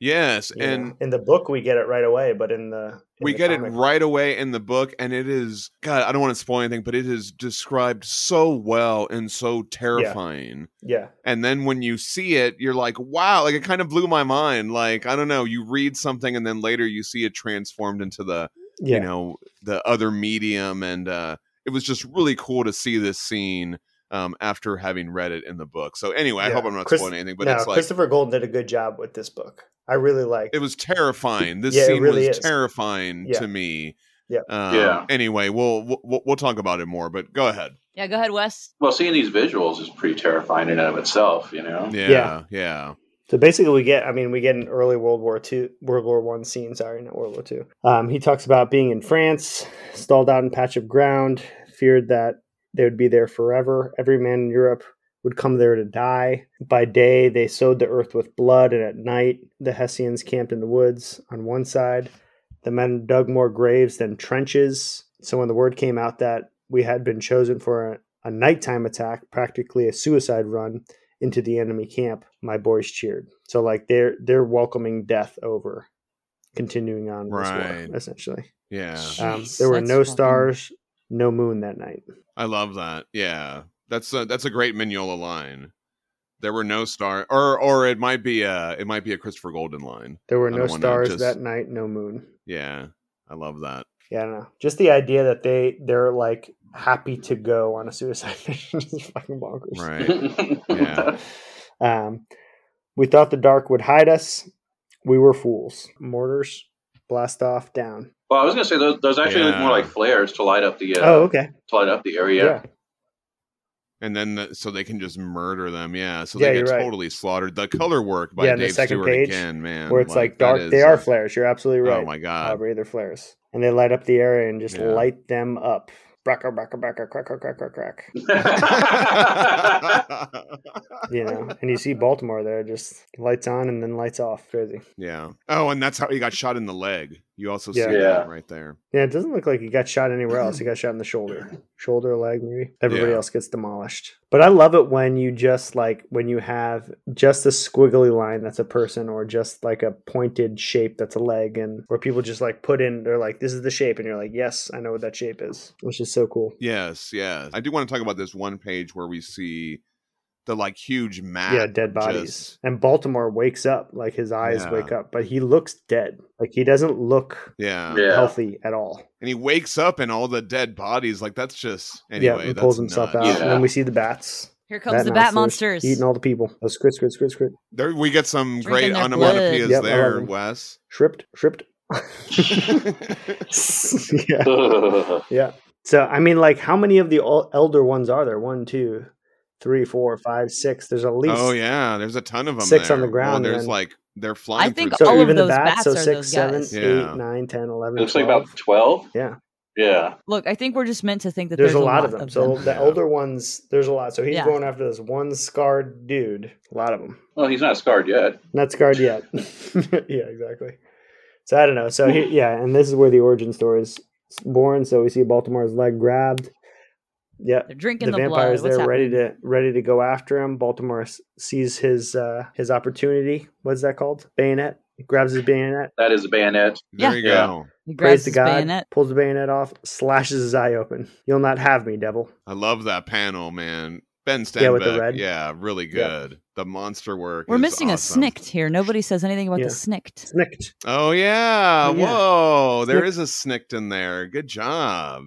A: Yes,
D: you
A: and
D: know. in the book we get it right away, but in the in
A: we
D: the
A: get
D: comic-
A: it right away in the book and it is god i don't want to spoil anything but it is described so well and so terrifying
D: Yeah,
A: and then when you see it you're like wow like it kind of blew my mind like i don't know you read something and then later you see it transformed into the
D: yeah,
A: you know the other medium and uh it was just really cool to see this scene um after having read it in the book so anyway i
D: Yeah.
A: hope i'm not
D: Chris-
A: spoiling anything but
D: no,
A: it's like
D: Christopher Golden did a good job with this book. I really like.
A: it was terrifying. This
D: Yeah, it
A: scene
D: really
A: was
D: is.
A: terrifying
D: Yeah.
A: to me.
D: Yeah.
A: Um,
B: Yeah.
A: Anyway, we'll, we'll we'll talk about it more, but go ahead.
C: Yeah, go ahead, Wes.
B: Well, seeing these visuals is pretty terrifying in and of itself, you know?
A: Yeah, yeah.
D: Yeah. So basically, we get. I mean, we get an early World War Two, World War One scene. Sorry, not World War Two. Um, he talks about being in France, stalled out in a patch of ground, feared that they would be there forever. Every man in Europe would come there to die. By day, they sowed the earth with blood, and at night, the Hessians camped in the woods on one side. The men dug more graves than trenches. So when the word came out that we had been chosen for a, a nighttime attack, practically a suicide run, into the enemy camp, my boys cheered. So like they're they're welcoming death over continuing on this
A: Right.
D: war, essentially.
A: Yeah.
D: Um,
C: Jeez,
D: there were
C: that's
D: no
C: fucking-
D: stars, no moon that night.
A: I love that. Yeah. That's a, that's a great Mignola line. There were no star or or it might be a it might be a Christopher Golden line.
D: There were
A: I
D: no
A: don't wanna
D: stars
A: just-
D: that night, no moon.
A: Yeah. I love that.
D: Yeah, I don't know. Just the idea that they they're like happy to go on a suicide mission is fucking bonkers.
A: Right. Yeah.
D: Um, we thought the dark would hide us. We were fools. Mortars blast off down.
B: well, I was going to say those, those actually look
A: Yeah.
B: more like flares to light up the uh,
D: Oh, okay.
B: to light up the area.
D: Yeah.
A: And then the, so they can just murder them. Yeah. So
D: Yeah,
A: they get
D: you're right.
A: totally slaugtered. The color work by
D: Yeah, and the
A: Dave
D: second
A: Stewart
D: page,
A: again, man.
D: Where it's
A: that
D: like, dark.
A: is- uh,
D: they are flares. You're absolutely right.
A: Oh my god.
D: Aubrey, they're flares. And they light up the area and just
A: Yeah.
D: light them up. Bracker, bracker, bracker, crack, crack, crack, crack, crack. You know, and you see Baltimore there, just lights on and then lights off. Crazy.
A: Yeah. Oh, and that's how he got shot in the leg. You also
D: Yeah.
A: see
B: Yeah.
A: that right there.
D: Yeah, it doesn't look like he got shot anywhere else. He got shot in the shoulder, shoulder, leg, maybe. Everybody
A: Yeah.
D: else gets demolished. But I love it when you just like when you have just a squiggly line that's a person, or just like a pointed shape that's a leg, and where people just like put in, they're like, "This is the shape," and you're like, "Yes, I know what that shape is," which is so cool.
A: Yes, yes. I do want to talk about this one page where we see the like huge map.
D: yeah dead
A: Ah, just-
D: bodies and baltimore wakes up like his eyes
A: Yeah.
D: wake up but he looks dead like he doesn't look
A: yeah.
B: Yeah.
D: healthy at all
A: And he wakes up and all the dead bodies. Like that's just
D: yeah
A: anyway.
D: he
A: that's
D: pulls himself
A: nuts.
D: out and
B: Yeah.
D: then we see the bats
C: Here comes the bat monsters.
D: eating all the people oh, squid squid squid squid
A: There we get some
C: Drinking
A: great
C: their
A: onomatopoeias
D: blood. Yep, I
A: there,
D: love 'em.
A: Wes.
D: shripped shripped yeah yeah so i mean like how many of the el- elder ones are there one two three four five six there's at least
A: oh yeah, there's a ton of them.
D: six on
A: there.
D: the ground
A: Well, there's
D: and-
A: like they're flying.
C: think
A: through
D: so
C: all of
D: even the
C: those
D: bats,
C: bats
D: so
C: are
D: six
C: those
D: seven
C: guys.
A: Yeah.
D: eight, nine, 10 11
B: It looks like
D: 12.
B: about 12?
D: Yeah.
B: Yeah.
C: Look, I think we're just meant to think that
D: there's,
C: there's,
D: a lot, of them. so the
A: Yeah.
D: elder ones, there's a lot. So he's
C: Yeah.
D: going after this one scarred dude. A lot of them.
B: Well, he's not scarred yet.
D: Not scarred yet. yeah, exactly. So I don't know. So he, yeah, and this is where the origin story is born. So we see Baltimore's leg grabbed. Yeah,
C: They're drinking
D: the
C: the, blood.
D: vampires
C: What's
D: there ready
C: happening?
D: to ready to go after him. Baltimore s- sees his uh his opportunity. What's that called? Bayonet. Grabs his bayonet.
B: That is a bayonet.
A: There
C: Yeah.
A: you
B: Yeah.
A: go.
C: He grabs
D: Prays to
C: his
D: God.
C: bayonet.
D: Pulls the bayonet off. Slashes his eye open. You'll not have me, devil.
A: I love that panel, man. Ben Stenbeck.
D: Yeah, with the red.
A: yeah, really
D: Yeah.
A: good. The monster work.
C: We're
A: is
C: missing
A: awesome.
C: a snicked here. Nobody says anything about
D: Yeah.
C: the snicked.
D: Snicked.
A: Oh yeah.
D: Oh, yeah.
A: Whoa. There
D: Snicked.
A: is a snicked in there. Good job.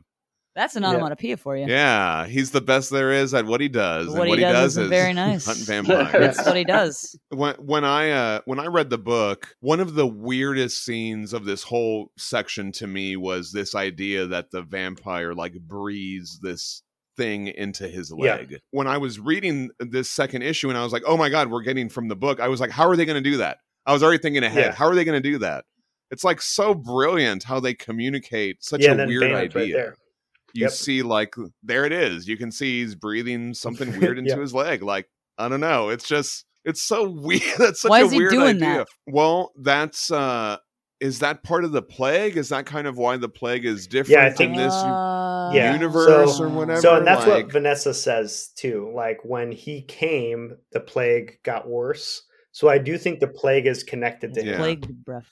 C: That's an
D: Yeah.
C: onomatopoeia for you.
A: Yeah. He's the best there is at what he does.
C: What
A: and
C: he
A: what he
C: does
A: does,
C: is
A: is
C: very nice.
A: Hunt vampires.
C: That's what he does.
A: when when I uh when I read the book, one of the weirdest scenes of this whole section to me was this idea that the vampire like breathes this thing into his
D: Yeah.
A: leg. When I was reading this second issue and I was like, "Oh my god, we're getting from the book." I was like, "How are they going to do that?" I was already thinking ahead.
D: Yeah.
A: How are they going to do that? It's like so brilliant how they communicate such
D: yeah, and
A: a
D: then
A: weird
D: bayonet's right
A: idea
D: there.
A: you
D: Yep.
A: see like there it is you can see he's breathing something weird into
D: Yeah.
A: his leg like i don't know it's just it's so weird that's such
C: Why
A: a
C: is he
A: weird
C: doing
A: idea
C: that?
A: well that's uh is that part of the plague is that kind of why the plague is different
D: Yeah, I
A: in
D: think-
A: this
C: Uh,
D: Yeah.
A: universe
D: So-
A: or whatever
D: So, and that's
A: like-
D: what Vanessa says too. Like when he came, the plague got worse. So I do think the plague is connected to him.
A: Yeah.
C: Plague breath.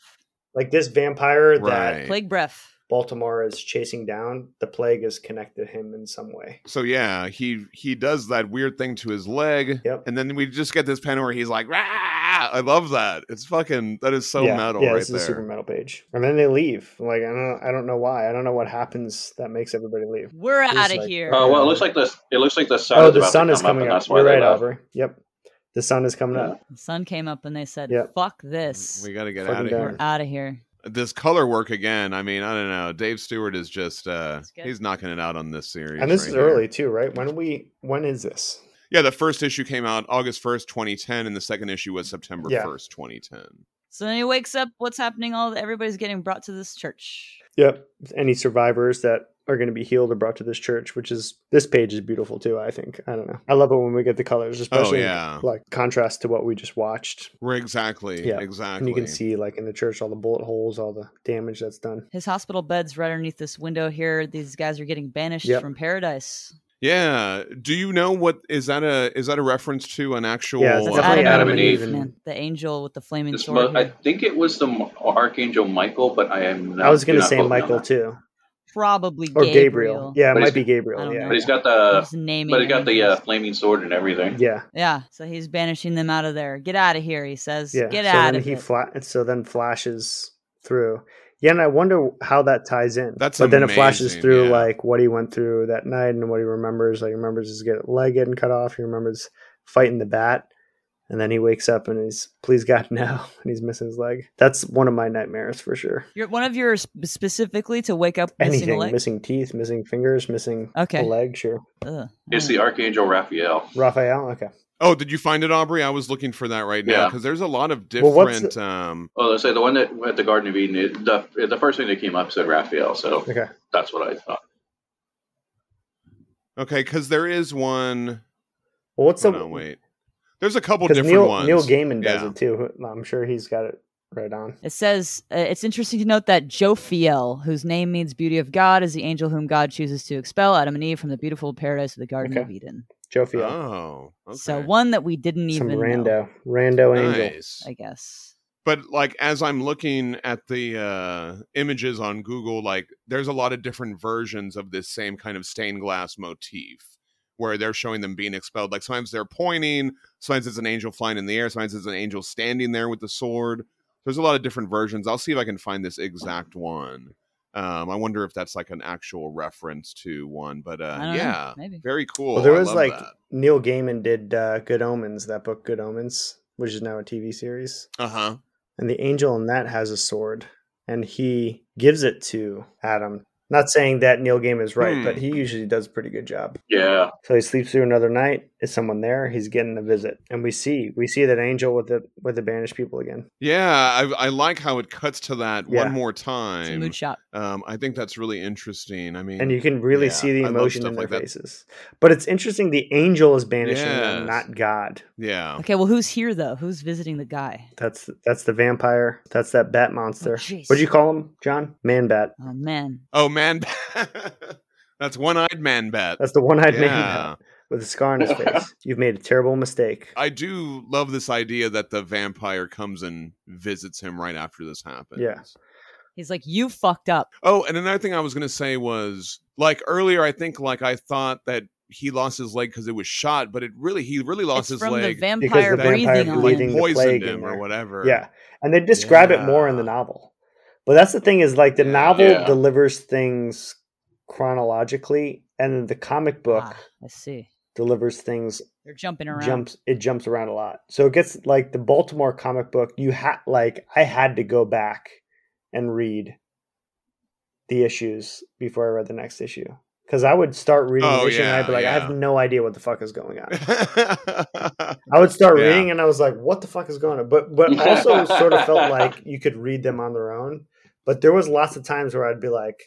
D: Like this vampire that
A: Right.
C: Plague breath.
D: Baltimore is chasing down, the plague has connected him in some way.
A: So yeah, he he does that weird thing to his leg,
D: Yep.
A: and then we just get this panel where he's like, "Rah!" I love that. It's fucking that is so metal
D: yeah,
A: right
D: this is a super
A: there.
D: metal page. And then they leave. Like I don't I don't know why. I don't know what happens that makes everybody leave.
C: We're
D: He's
C: out of
D: like,
C: here.
B: Oh well, it looks like this. It looks like the sun.
D: oh,
B: is
D: the
B: about
D: sun
B: to come
D: is coming
B: up,
D: up.
B: And that's why
D: You're
B: they
D: right,
B: left.
D: Aubrey. Yep. The sun is coming
B: Yeah.
D: up.
C: the sun came up and they said,
D: Yep.
C: "Fuck this.
A: We got to get
D: Fucking
A: out of
D: done.
A: here.
C: We're out of here."
A: This color work again. I mean, I don't know. Dave Stewart is just uh
C: It's good.
A: he's knocking it out on this series.
D: And this
A: right
D: is
A: here.
D: early too, right? When we when is this?
A: Yeah, the first issue came out August 1st, 2010 and the second issue was September
D: Yeah.
A: 1st, 2010.
C: So then he wakes up. What's happening? All everybody's getting brought to this church.
D: Yep. Any survivors that are going to be healed or brought to this church, which is this page is beautiful too. I think I don't know. I love it when we get the colors, especially
A: Oh, yeah.
D: like contrast to what we just watched.
A: Right, exactly.
D: Yeah, And
A: Exactly.
D: you can see like in the church all the bullet holes, all the damage that's done.
C: His hospital bed's right underneath this window here. These guys are getting banished
D: Yep.
C: from paradise.
A: Yeah. Do you know what is that a is that a reference to an actual
D: Yeah, it's
C: That's
D: definitely
C: Adam, and Eve,
D: and-
C: man. The angel with the flaming
B: This
C: sword.
B: mo- I
C: here.
B: think it was the M- archangel Michael, but I am. Not,
D: I was going
B: do
D: to
B: not
D: say
B: quote me on
D: Michael
B: that.
D: too,
C: Probably
D: or
C: Gabriel.
D: Gabriel. Yeah, it
B: But
D: might
B: he's-
D: be
C: I
D: Gabriel.
C: don't
D: Yeah,
C: know.
B: But he's got the.
C: Just naming
B: Uh, But he's got the uh,
C: angels.
B: flaming sword and everything.
D: yeah,
C: yeah. So he's banishing them out of there. Get out of here, he says.
D: yeah.
C: Get
D: so
C: out
D: then
C: of
D: he
C: here.
D: fla- So then flashes through. Yeah, and I wonder how that ties in.
A: That's
D: but then it flashes
A: amazing,
D: through
A: yeah.
D: like what he went through that night and what he remembers. Like he remembers his get- leg getting cut off. He remembers fighting the bat, and then he wakes up and he's please God no, and he's missing his leg. That's one of my nightmares for sure.
C: You're one of yours sp- specifically to wake up missing a
D: Anything
C: leg.
D: missing teeth, missing fingers, missing
C: Okay.
D: a leg. Sure,
C: Ugh.
B: It's the archangel Raphael.
D: Raphael. Okay.
A: Oh, did you find it, Aubrey? I was looking for that right now
B: Yeah.
A: because there's a lot of
D: Well, what's
A: different. um,
B: Oh, let's say the one that at the Garden of Eden. It, the the first thing that came up said Raphael, so
D: Okay.
B: that's what I thought.
A: okay, because there is one.
D: Well, what's
A: So,
D: the
A: hold on, wait. There's a couple
D: Because
A: different
D: Neil,
A: ones.
D: Neil Gaiman does
A: Yeah.
D: it too. I'm sure he's got it right on.
C: It says uh, it's interesting to note that Jophiel, whose name means beauty of God, is the angel whom God chooses to expel Adam and Eve from the beautiful paradise of the Garden of
D: Okay.
C: Eden.
D: Joe Field.
A: Oh, okay.
C: So one that we didn't
D: Some
C: even
D: rando.
C: know,
D: Rando angel.
A: nice.
C: I guess.
A: But like as I'm looking at the uh, images on Google, like there's a lot of different versions of this same kind of stained glass motif where they're showing them being expelled. Like sometimes they're pointing, sometimes it's an angel flying in the air, sometimes it's an angel standing there with the sword. There's a lot of different versions. I'll see if I can find this exact one. Um, I wonder if that's like an actual reference to one, but uh,
C: I don't
A: yeah,
C: know. Maybe.
A: very cool.
D: Well, there
A: I
D: was
A: love
D: like
A: that.
D: Neil Gaiman did uh, Good Omens, that book Good Omens, which is now a TV series.
A: uh-huh.
D: And the angel in that has a sword, and he gives it to Adam. Not saying that Neil Gaiman is right,
A: Hmm.
D: but he usually does a pretty good job.
B: Yeah,
D: So he sleeps through another night. Is someone there? He's getting a visit, and we see we see that angel with the with the banished people again.
A: Yeah, I, I like how it cuts to that
D: Yeah.
A: one more
C: It's a
A: time.
C: mood shot.
A: Um, I think that's really interesting. I mean,
D: and you can really
A: Yeah,
D: see the
A: I love
D: emotion
A: stuff
D: in their
A: like that.
D: faces. But it's interesting. The angel is banishing them,
A: Yes.
D: not God.
A: yeah,
C: Okay, well, who's here though? Who's visiting the guy?
D: That's that's the vampire. That's that bat monster.
C: Oh, jeez.
D: What'd you call him, John? Man bat.
C: Oh man,
A: oh man, that's one-eyed man bat.
D: That's the one-eyed man
A: yeah,
D: bat with a scar on his face. You've made a terrible mistake.
A: I do love this idea that the vampire comes and visits him right after this happens.
D: Yeah.
C: he's like you fucked up.
A: Oh, and another thing I was gonna say was like earlier. I think like I thought that he lost his leg because it was shot, but it really he really lost his
C: It's from
A: leg
C: the
D: Because
C: vampire
D: the
A: that
C: breathing
D: vampire
C: on
D: breathing-
C: him.
D: the
A: poisoned
D: plague in
A: him or
D: there.
A: whatever.
D: Yeah, and they describe it more in the
A: Yeah.
D: novel. But that's the thing is like the
A: Yeah.
D: novel
B: Yeah.
D: delivers things chronologically, and then the comic book
C: Ah, I see.
D: delivers things
C: They're jumping around.
D: jumps it jumps around a lot so it gets like the baltimore comic book you had like i had to go back and read the issues before i read the next issue because i would start reading
A: Oh,
D: the issue and i'd
A: yeah,
D: be like i have
A: yeah.
D: no idea what the fuck is going on i would start
A: Yeah.
D: reading and i was like what the fuck is going on but but also sort of felt like you could read them on their own but there was lots of times where i'd be like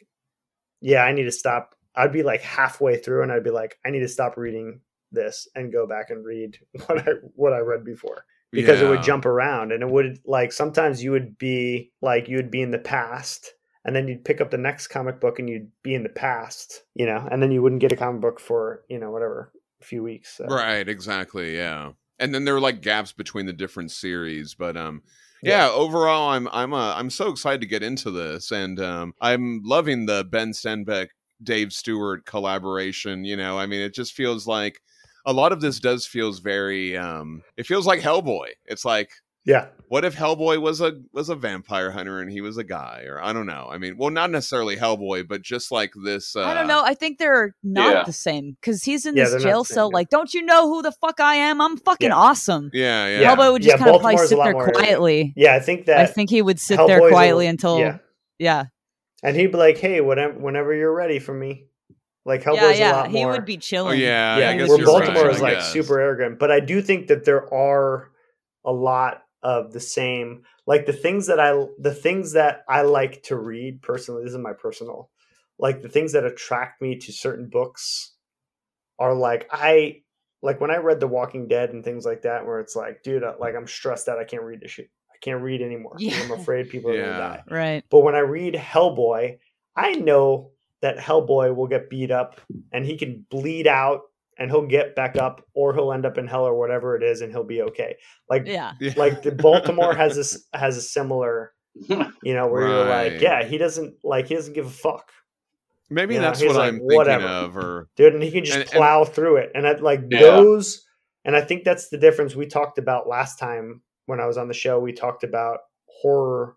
D: yeah i need to stop i'd be like halfway through and i'd be like i need to stop reading this and go back and read what i what i read before because it
A: Yeah.
D: would jump around and it would like sometimes you would be like you would be in the past and then you'd pick up the next comic book and you'd be in the past you know and then you wouldn't get a comic book for you know whatever a few weeks so.
A: Right, exactly. Yeah. and then there were like gaps between the different series but um yeah, overall i'm i'm uh, i'm so excited to get into this and um i'm loving the ben stenbeck dave stewart collaboration you know i mean it just feels like a lot of this does feels very um it feels like hellboy it's like
D: Yeah.
A: what if Hellboy was a was a vampire hunter and he was a guy, or I don't know. I mean, well, not necessarily Hellboy, but just like this. Uh,
C: I don't know. I think they're not
B: Yeah.
C: the same because he's in
D: Yeah,
C: this
D: they're not
C: jail
D: the same,
C: cell.
D: yeah.
C: Like, don't you know who the fuck I am? I'm fucking
D: Yeah.
C: awesome.
A: Yeah, yeah.
D: Yeah.
C: Hellboy would just
D: Yeah,
C: kind of probably
D: Baltimore's a
C: sit
D: lot
C: there
D: more-
C: quietly.
D: Yeah, I think that
C: I think he would sit
D: Hellboy's
C: there
D: a-
C: quietly until
D: yeah.
C: yeah. yeah.
D: And he'd be like, "Hey, whenever, whenever you're ready for me." Like Hellboy's
C: yeah,
D: a lot
C: He
D: more.
C: would be
A: Oh
C: chilling.
A: yeah,
D: yeah,
A: I guess
D: where
A: you're
D: Baltimore
A: right,
D: is
A: I
D: like
A: guess.
D: super arrogant, but I do think that there are a lot of the same, like the things that I, the things that I like to read personally. This is my personal, like the things that attract me to certain books are like I, like when I read The Walking Dead and things like that, where it's like, dude, I- like I'm stressed out, I can't read this shit, I can't read anymore. 'cause I'm
C: Yeah.
D: afraid people are
A: Yeah.
D: gonna die.
C: Right.
D: But when I read Hellboy, I know that Hellboy will get beat up and he can bleed out and he'll get back up or he'll end up in hell or whatever it is and he'll be okay. Like
C: Yeah.
A: Yeah.
D: like the Baltimore has this has a similar, you know, where you're
A: Right.
D: like, yeah, he doesn't like he doesn't give a fuck.
A: Maybe
D: you know,
A: that's
D: he's
A: what
D: like,
A: I'm thinking
D: whatever.
A: of, or
D: Dude, and he can just
A: And- and-
D: plow through it. And I like
B: Yeah.
D: those and I think that's the difference we talked about last time when I was on the show. We talked about horror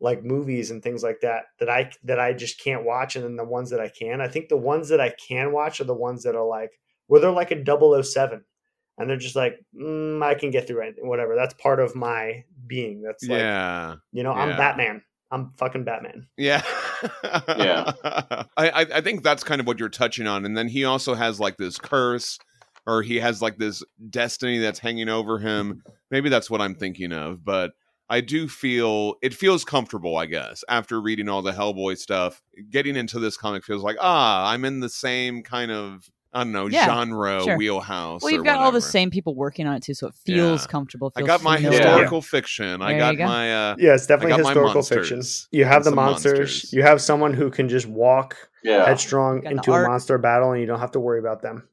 D: like movies and things like that that I that I just can't watch and then the ones that I can. I think the ones that I can watch are the ones that are like where they're like a 007 and they're just like mm, I can get through anything whatever. That's part of my being. That's like
A: yeah.
D: you know, I'm
A: Yeah.
D: Batman. I'm fucking Batman.
A: Yeah.
B: Yeah.
A: I, I I think that's kind of what you're touching on. And then he also has like this curse or he has like this destiny that's hanging over him.
D: Mm-hmm.
A: Maybe that's what I'm thinking of, but I do feel it feels comfortable, I guess, after reading all the Hellboy stuff. Getting into this comic feels like, ah, I'm in the same kind of I don't know,
C: Yeah,
A: genre
C: sure.
A: wheelhouse.
C: Well,
A: or
C: you've got all the
A: whatever.
C: same people working on it too, so it feels
A: Yeah.
C: comfortable.
A: I
C: feels
A: got my
C: familiar.
B: historic-
A: historical fiction. I
C: There
A: got
C: you go.
A: my uh
D: Yeah, it's
A: I
D: definitely
A: got my
D: historical
A: monsters.
D: fiction. You have
A: And
D: the
A: some
D: monsters.
A: monsters.
D: You have someone who can just walk
B: yeah.
D: headstrong
C: Got the
D: into a
C: art.
D: monster battle and you don't have to worry about them.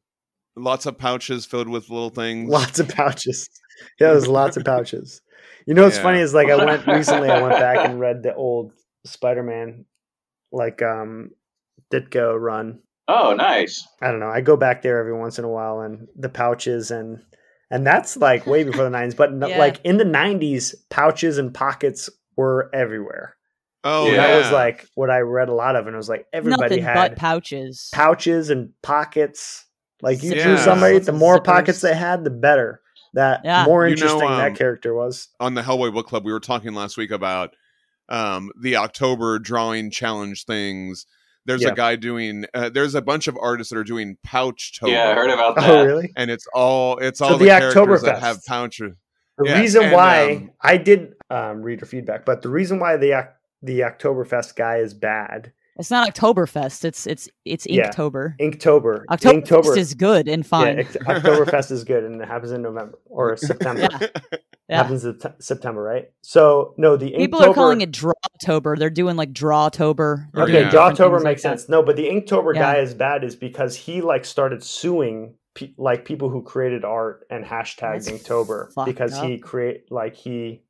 A: lots of pouches filled with little things.
D: Lots of pouches. Yeah, there's lots of pouches. You know what's funny
A: Yeah.
D: is like I went recently I went back and read the old Spider Man like um Ditko run.
B: Oh, nice.
D: I don't know. I go back there every once in a while and the pouches and and that's like way before the nineties, but no-
C: Yeah.
D: like in the nineties, pouches and pockets were everywhere.
A: Oh
D: And
A: yeah.
B: Yeah.
D: That was like what I read a lot of, and it was like everybody
C: Nothing
D: had
C: but pouches.
D: pouches and pockets. Like you drew
A: Yeah.
D: somebody, the more
C: Zippers.
D: pockets they had, the better. That
C: Yeah.
D: more
A: You know,
D: interesting
A: um,
D: that character was.
A: on the Hellboy Book Club, we were talking last week about um, the October drawing challenge things. There's
D: Yeah.
A: a guy doing. Uh, there's a bunch of artists that are doing pouch tober.
B: Yeah, I heard
A: uh,
B: about that.
D: Oh, really?
A: And it's all it's
D: So
A: all the,
D: the
A: characters that
D: Oktoberfest.
A: have pouches.
D: The
A: Yes,
D: reason
A: and,
D: why
A: um,
D: I did um, reader feedback, but the reason why the Oc- the Oktoberfest guy is bad,
C: It's not Oktoberfest. It's it's it's
D: Yeah.
C: Inktober.
D: Inktober,
C: Oktoberfest
D: Inktober
C: is good and
D: yeah,
C: fine.
D: ex- Oktoberfest is good, and it happens in November or September.
C: Yeah. Yeah.
D: Happens in Sept- September, right? So no, the
C: People
D: Inktober,
C: are calling it Drawtober. They're doing like Drawtober. They're
D: Okay,
A: Oh, Yeah.
C: doing different
D: Drawtober
C: things like
D: makes
C: that.
D: sense. No, but the Inktober
C: Yeah.
D: guy is bad is because he like started suing pe- like people who created art and hashtags
C: That's
D: Inktober
C: fucked
D: because he
C: up.
D: create like he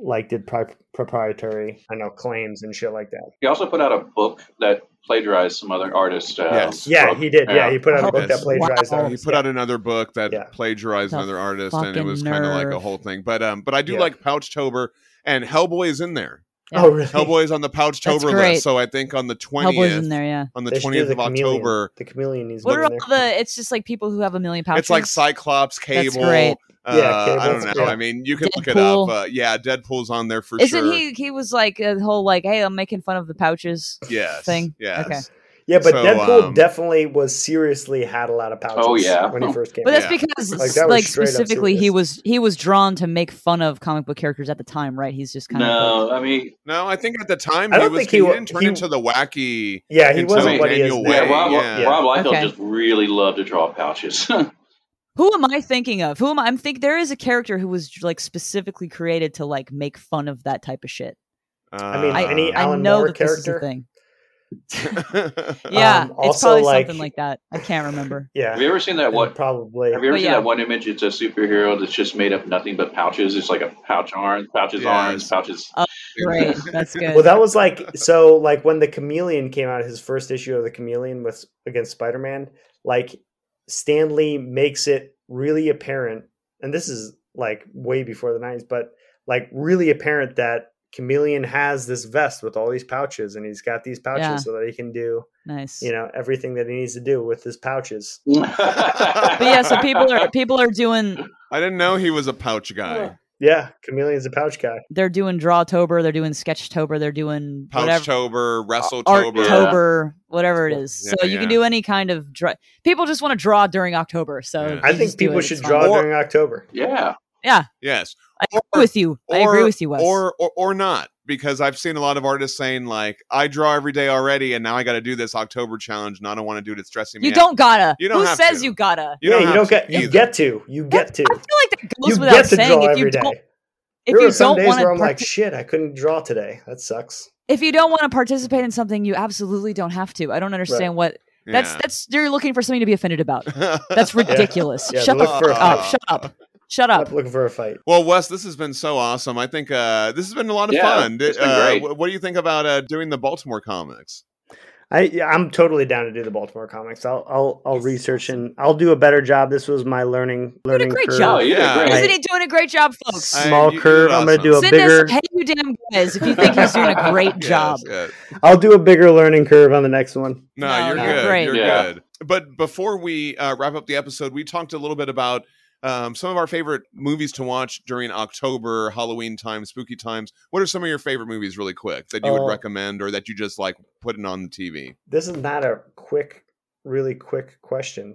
D: like did pri- proprietary I know claims and shit like that.
B: He also put out a book that plagiarized some other artists. Uh,
A: Yes.
D: Yeah,
B: from-
D: he did. Yeah,
B: yeah.
D: he put out a book that
A: Yes.
D: plagiarized
C: Wow.
D: wow.
A: He put out another book that
D: Yeah.
A: plagiarized
C: The
A: another artist, and it
C: fucking
A: was kind of like a
C: nerve.
A: whole thing. But um, but I do
D: Yeah.
A: like pouch tober, and Hellboy is in there.
D: Oh, really?
A: Hellboy is on the pouch
C: That's
A: tober
C: great.
A: list. So I think on the
C: Hellboy's in
A: twentieth,
C: there, yeah.
A: on the
D: They should do
A: twentieth of
D: chameleon.
A: October,
D: The chameleon needs
C: What
D: to
C: are
D: be
C: all
D: in there.
C: the? It's just like people who have a million pouches.
A: It's like Cyclops,
C: That's
A: Cable.
C: great.
A: Uh,
D: Yeah,
A: I don't
D: Cable's
A: know.
D: great.
A: I mean, you can look it up.
C: Deadpool.
A: Uh, yeah, Deadpool's on there for
C: Isn't
A: sure.
C: he? He was like a whole like, hey, I'm making fun of the pouches.
A: Yes.
C: thing?
A: Yes.
C: Okay.
D: Yeah, but
A: So,
D: Deadpool
A: um,
D: definitely was seriously had a lot of pouches.
B: Oh, yeah.
D: when he first came.
C: But
D: out.
C: that's
A: Yeah.
C: because
D: Like,
C: like,
D: that was straight up
C: specifically he
D: serious.
C: was he was drawn to make fun of comic book characters at the time, right? He's just kind of like,
B: No, I mean,
A: No, I think at the time
D: I
A: he
D: don't
A: was
D: think
A: he,
D: he wa-
A: didn't turn
D: he-
A: into the wacky.
D: yeah, he
A: into
D: wasn't what he is.
A: Daniel
D: now.
B: yeah,
A: Way,
B: Rob,
A: yeah.
B: Rob Liefeld
C: Okay.
B: just really loved to draw pouches.
C: who am I thinking of? Who am I? I'm think there is a character who was like specifically created to like make fun of that type of shit.
A: Uh,
D: mean,
C: I,
D: any
C: I
D: Alan
C: know
D: Moore
C: that this is a
D: character?
C: thing. yeah,
D: Um,
C: it's
D: also,
C: probably
D: like-
C: something like that. I can't remember.
D: Yeah.
B: Have you ever seen that
D: and
B: one?
D: Probably.
B: Have you ever
C: But
B: seen
C: Oh, yeah.
B: that one image? It's a superhero that's just made up nothing but pouches. It's like a pouch orange, pouches
A: Yes.
B: orange, pouches.
C: Great, that's good.
D: Well, that was like so. Like when the Chameleon came out, his first issue of the Chameleon with against Spider Man. Like Stanley makes it really apparent, and this is like way before the nineties, but like really apparent that Chameleon has this vest with all these pouches, and he's got these pouches
C: Yeah.
D: so that he can do
C: nice.
D: you know everything that he needs to do with his pouches.
B: but
C: But yeah, so people are people are doing
A: I didn't know he was a pouch guy.
D: Yeah, Chameleon's a pouch guy.
C: they're doing Drawtober, they're doing Sketchtober, they're doing whatever
A: Pouchtober, WrestleTober.
B: Art-tober.
C: Arttober, Uh, whatever it is.
A: Yeah,
C: so you can
A: yeah.
C: do any kind of draw. People just want to draw during October. So
A: Yeah.
C: you
D: I think
C: just do
D: people
C: it,
D: should
C: it's fine.
D: draw
A: Or-
D: during October.
B: Yeah.
A: Yes.
C: I agree
A: or-
C: with you. I agree with you, Wes.
A: Or, or or not, because I've seen a lot of artists saying like, I draw every day already, and now I got to do this October challenge, and I don't want to do it. It's stressing me.
C: you
A: out.
C: don't gotta.
A: You don't
C: Who
A: have
C: says
A: to.
C: you gotta?
D: yeah, you
A: have
D: don't
A: to
D: get. You
A: either.
D: get to. You get to.
C: I feel like that goes
D: You
C: without
D: get to
C: saying.
D: draw
C: If you
D: every day.
C: don't, if
D: There
C: you
D: are some
C: don't
D: days
C: want to,
D: where I'm like, shit, I couldn't draw today. That sucks.
C: if you don't want to participate in something, you absolutely don't have to. I don't understand what that's.
A: Yeah.
C: That's you're looking for something to be offended about. That's ridiculous.
D: Yeah,
C: shut the
D: look
C: fuck
D: for a
C: up.
A: fight.
C: Shut up. Shut
D: I'm
C: up.
D: looking for a fight.
A: Well, Wes, this has been so awesome. I think uh, this has been a lot of
B: Yeah,
A: fun.
B: it's been
A: Uh,
B: great.
A: wh- what do you think about uh, doing the Baltimore comics?
D: I yeah, I'm totally down to do the Baltimore comics. I'll I'll I'll research and I'll do a better job. This was my learning learning
C: great
D: curve.
B: Oh,
C: job.
B: you did
A: Yeah.
B: great.
C: Isn't he doing a great job, folks?
A: I-
D: Small
A: you- you
D: curve.
A: did
D: I'm gonna do a
C: Send
D: bigger.
C: us, hey, you damn guys, if you think he's doing a great job.
A: Yes, yes.
D: I'll do a bigger learning curve on the next one.
A: No,
C: No,
A: you're,
C: you're
A: good.
C: great.
A: You're
B: Yeah.
A: good. But before we uh, wrap up the episode, we talked a little bit about um, some of our favorite movies to watch during October, Halloween time, spooky times. What are some of your favorite movies, really quick, that you
D: Oh.
A: would recommend or that you just like putting on the TV?
D: This is not a quick, really quick question.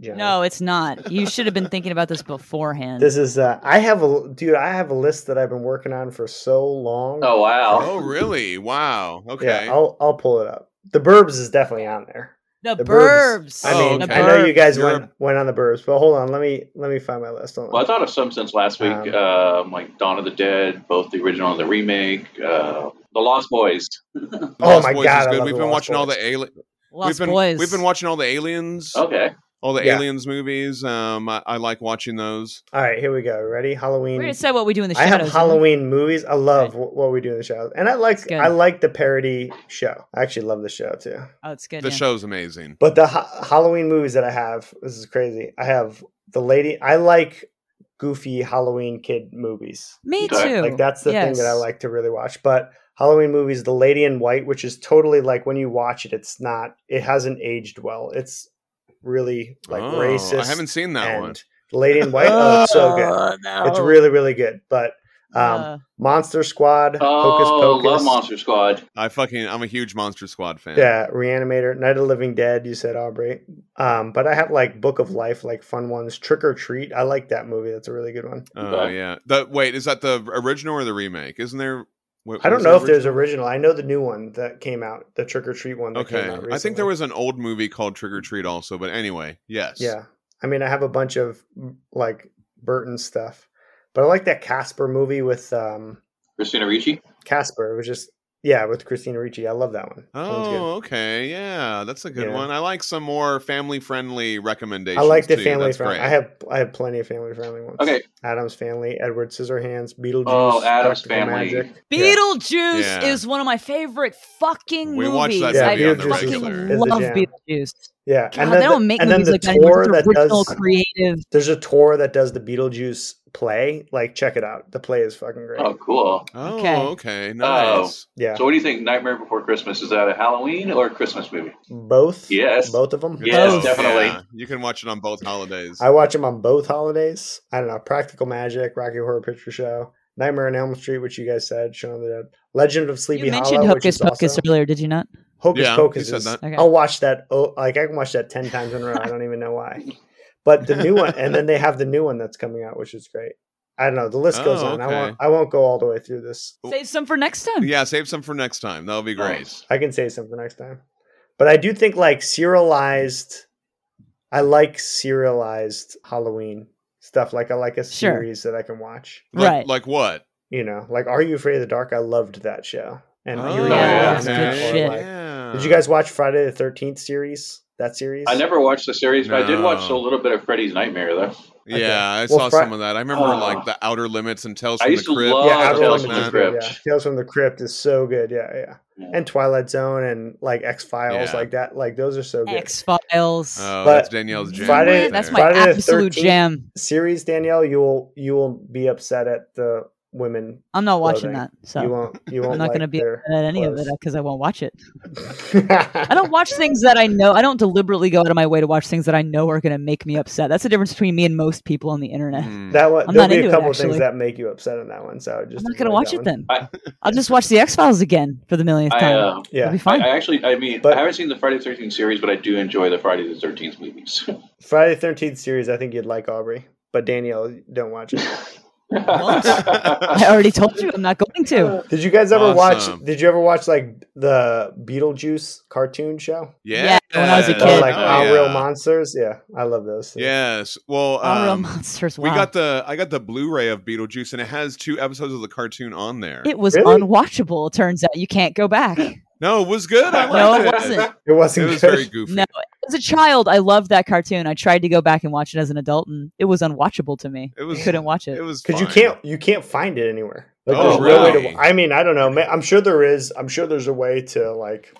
D: Johnny.
C: No, it's not. You should have been thinking about this beforehand.
D: This is uh, I have a dude. I have a list that I've been working on for so long.
B: Oh wow.
A: Oh, really? Wow. Okay.
D: Yeah, Oh, I'll I'll pull it up. The Burbs is definitely on there.
C: the,
D: the
C: burbs.
D: Burbs. I mean,
C: the
A: okay.
D: I know you guys
A: You're-
D: went went on the Burbs, but hold on, let me let me find my list. Hold on.
B: Well, I thought of some since last week,
D: Um,
B: um, like Dawn of the Dead, both the original and the remake, uh, The Lost Boys.
A: The
D: Oh my
A: Boys
D: God,
A: is
D: I
A: good.
D: love
A: We've
D: The
A: been
D: Lost
A: watching all
D: Boys.
A: the alien.
C: Lost
A: we've been
C: boys.
A: we've been watching all the aliens,
B: Okay.
A: all the
D: Yeah.
A: aliens movies. Um, I, I like watching those.
D: All right, here we go. Ready?
C: We
D: Halloween.
C: already said what we do in the
D: I
C: shadows.
D: have
C: didn't we?
D: Halloween movies. I love wh- what we do in the shadows, and I
C: It's
D: like
C: good.
D: I like the parody show. I actually love the show too.
C: Oh, it's good.
A: The
C: yeah.
A: show's amazing.
D: But the ha- Halloween movies that I have, this is crazy. I have the lady. I like goofy Halloween kid movies.
C: Me too.
B: Okay.
D: Like that's the thing that I
C: Yes.
D: like to really watch. But Halloween movies, The Lady in White, which is totally like when you watch it, it's not. It hasn't aged well. It's really like
A: Oh,
D: racist.
A: I haven't seen that
D: and
A: one.
D: The Lady in White. Oh, it's so good. It's really really good. But um,
C: Uh,
D: Monster Squad, Hocus
B: Oh,
D: Pocus,
B: love Monster Squad.
A: I fucking I'm a huge Monster Squad fan.
D: yeah, Reanimator, Night of the Living Dead. You said Aubrey. Um, but I have like Book of Life, like fun ones. Trick or Treat. I like that movie. That's a really good one.
A: Oh
B: Okay.
A: yeah. The wait, is that the original or the remake? Isn't there? wait,
D: I don't
A: was
D: know
A: there
D: if there's
A: original?
D: original. I know the new one that came out, the Trick or Treat one. That Came out
A: Okay, I think there
D: recently.
A: was an old movie called Trick or Treat also, but anyway, yes.
D: Yeah. I mean, I have a bunch of mm, like Burton stuff, but I like that Casper movie with um
B: Christina Ricci.
D: Casper. It was just, yeah, with Christina Ricci. I love that one. That one's good.
A: Oh, okay. Yeah, that's a good
D: Yeah.
A: one. I like some more family-friendly recommendations.
D: I like the
A: too.
D: family
A: That's
D: friendly.
A: great.
D: I have I have plenty of family friendly ones.
B: Okay.
D: Adam's Family, Edward Scissorhands, Beetlejuice.
B: Oh, Addams
D: Practical
B: Family.
D: Yeah.
C: Beetlejuice
A: Yeah.
C: is one of my favorite fucking
A: We watch
C: movies.
A: that
D: Yeah,
C: I
D: movie on the
C: fucking
D: regular. Is the
C: love
D: jam.
C: Beetlejuice.
D: Yeah.
C: God, they don't make
D: and then
C: movies
D: the
C: like that anymore.
D: tour
C: It's
D: that
C: original,
D: does
C: creative.
D: there's a tour that does the Beetlejuice play. Like, check it out. The play is fucking great.
B: Oh, cool.
A: Oh,
C: Okay.
A: okay. Nice.
D: yeah.
B: So, what do you think? Nightmare Before Christmas is that a Halloween or a Christmas movie?
D: both.
B: Yes.
D: Both of them.
A: Good
B: Yes,
A: stuff.
B: definitely.
A: Oh, You can watch it on both holidays.
D: I watch them on both holidays. I don't know. Practical Magic, Rocky Horror Picture Show, Nightmare on Elm Street, which you guys said, Shaun of the Dead, Legend of Sleepy
C: You mentioned
D: Hollow, which
C: Hocus
D: is
C: Pocus
D: also
C: earlier, did you not?
D: Hocus
A: Yeah,
D: Pocus.
A: you said
D: Is,
A: that.
C: Okay.
D: I'll watch that. Oh, like I can watch that ten times in a row. I don't even know why. But the new one, and then they have the new one that's coming out, which is great. I don't know. The list goes
A: Oh,
D: on. I
A: okay.
D: won't. I won't go all the way through this.
A: Oh.
C: Save some for next time.
A: yeah, save some for next time. That'll be great.
B: Nice.
D: I can say something next time. But I do think like serialized. I like serialized Halloween stuff. Like I like a
C: Sure.
D: series that I can watch.
A: Like,
C: Right.
A: Like what?
D: you know, like Are You Afraid of the Dark? I loved that show. And
A: Oh,
D: Eerie
B: yeah,
D: Eyes
B: that's
D: Wide
B: good
D: Open,
C: shit.
D: like,
A: yeah. Yeah.
D: Did you guys watch Friday the Thirteenth series? That series?
B: I never watched the series, but I did watch a
A: No.
B: little bit of Freddy's Nightmare though.
A: Yeah,
D: Okay.
A: I
D: Well,
A: saw
D: Fri-
A: some of that. I remember
B: Oh.
A: like the Outer Limits and Tales
B: I
A: from the
B: used to
A: Crypt.
B: love
D: yeah,
B: Oh,
D: Outer
B: Tales
D: Limits
B: from
D: is
B: the
D: great,
B: Crypt.
D: yeah. Tales from the Crypt is so good. Yeah, yeah.
B: Yeah.
D: And Twilight Zone and like X Files,
A: Yeah.
D: like that. Like those are so good.
C: X Files.
A: Oh,
D: But
A: that's Danielle's jam.
D: Friday-
A: right
C: that's
A: there.
C: my
D: Friday the
C: absolute
D: 13th.
C: jam.
D: series, Danielle, you will you will be upset at the women.
C: I'm not watching
D: Clothing.
C: that, so
D: You won't. You won't.
C: I'm not
D: like
C: going to be
D: their...
C: upset at any of
D: clothes.
C: it because I won't watch it. I
D: I
C: don't watch things that I know. I don't deliberately go out of my way to watch things that I know are going to make me upset. That's the difference between me and most people on the internet.
A: Hmm.
D: That one.
C: I'm
D: there'll
C: not
D: be
C: into
D: a
C: it,
D: couple things
C: actually.
D: that make you upset on that one. So just
C: I'm not
D: avoid
C: going to watch
D: that
C: it
D: one.
C: then.
B: I-
C: I'll just watch the X Files again for the millionth
B: I,
C: time.
B: uh,
C: It'll
D: Yeah,
C: be
B: I,
C: fine.
B: I actually, I mean,
D: But-
B: I haven't seen the Friday the Thirteenth series, but I do enjoy the Friday the Thirteenth movies.
D: Friday the Thirteenth series. I think you'd like Aubrey, but Danielle, don't watch it.
C: I already told you I'm not going
A: Oh,
C: to.
D: Did you guys ever
A: Awesome.
D: watch? Did you ever watch like the Beetlejuice cartoon show?
A: Yeah.
C: Yeah, when I was a
D: Or,
C: kid.
D: like
A: Oh,
D: Our
A: yeah.
D: Real Monsters. Yeah, I love those.
A: Yes. Well,
C: All real
A: um,
C: monsters. Wow.
A: we got the I got the Blu-ray of Beetlejuice, and it has two episodes of the cartoon on there.
C: it was
D: Really?
C: unwatchable. It turns out you can't go back.
A: no, it was good. I
C: No,
A: liked
C: it
A: it.
C: wasn't.
D: It
A: It
D: wasn't
A: was
D: good.
A: very goofy.
C: No, as a child, I loved that cartoon. I tried to go back and watch it as an adult, and it was unwatchable to me.
A: It was.
C: I couldn't watch it.
A: It was
D: because you
A: fine.
D: can't you can't find it anywhere. Like,
A: Oh,
D: there's no way
A: really?
D: to, I mean, I don't know. ma- I'm sure there is. I'm sure there's a way to like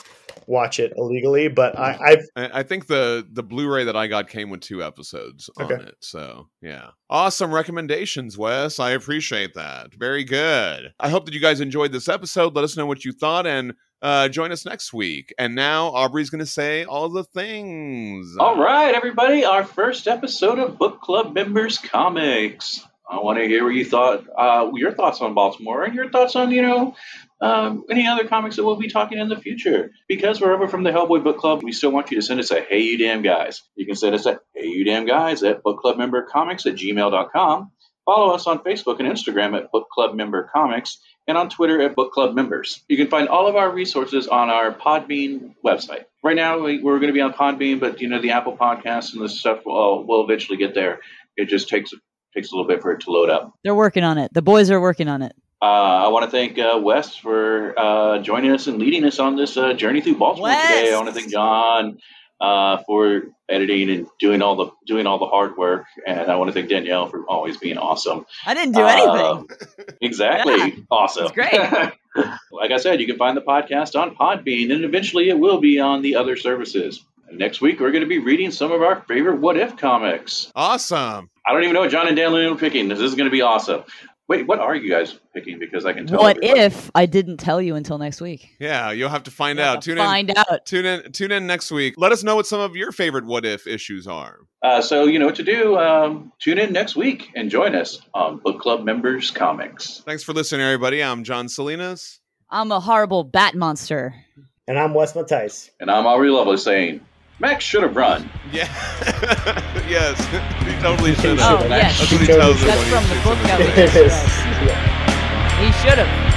D: watch it illegally, but I, I've
A: I I think the the Blu-ray that I got came with two episodes on
D: Okay.
A: it. So yeah, awesome recommendations, Wes. I appreciate that. Very good. I hope that you guys enjoyed this episode. Let us know what you thought and uh, join us next week. And now Aubrey's going to say all the things.
B: All right, everybody, our first episode of Book Club Members Comics. I want to hear what you thought, uh, your thoughts on Baltimore, and your thoughts on you know um, any other comics that we'll be talking in the future. Because we're over from the Hellboy Book Club, we still want you to send us a Hey You Damn Guys. You can send us a Hey You Damn Guys at bookclubmembercomics at gmail.com. Follow us on Facebook and Instagram at Book Club Member Comics and on Twitter at Book Club Members. You can find all of our resources on our Podbean website. Right now, we, we're going to be on Podbean, but you know the Apple Podcasts and this stuff will will eventually get there. It just takes takes a little bit for it to load up.
C: They're working on it. The boys are working on it.
B: Uh, I want to thank uh, Wes for uh, joining us and leading us on this uh, journey through Baltimore
C: Wes!
B: today. I want to thank John uh, for editing and doing all the doing all the hard work, and I want to thank Danielle for always being awesome.
C: I didn't do
B: Uh,
C: anything.
A: Oh,
B: Exactly.
C: Um, Yeah.
B: Awesome.
C: It's great.
B: like I said, you can find the podcast on Podbean, and eventually it will be on the other services. Next week, we're going to be reading some of our favorite What If comics.
A: Awesome.
B: I don't even know what John and Dan Lynn are picking. This is going to be awesome. Wait, what are you guys picking? Because I can tell.
C: What
B: everybody.
C: if I didn't tell you until next week?
A: Yeah, you'll have to find
C: You'll have
A: out.
C: to
A: Tune in.
C: find out.
A: Tune in. Tune in next week. Let us know what some of your favorite what if issues are.
B: Uh, so you know what to do. Um, tune in next week and join us on Book Club Members Comics.
A: Thanks for listening, everybody. I'm John Salinas.
C: I'm a horrible bat monster.
D: and I'm Wes Matice.
B: And I'm Aubrey Lovelace saying, Max should have run.
A: Yeah. yes. He totally should
D: Oh,
A: have.
C: yes.
A: That's what he
D: She
A: tells
D: chose-
A: her
C: That's
A: when he shoots him
C: from the book
A: in the
C: cover.
A: face.
C: Yes. He should have.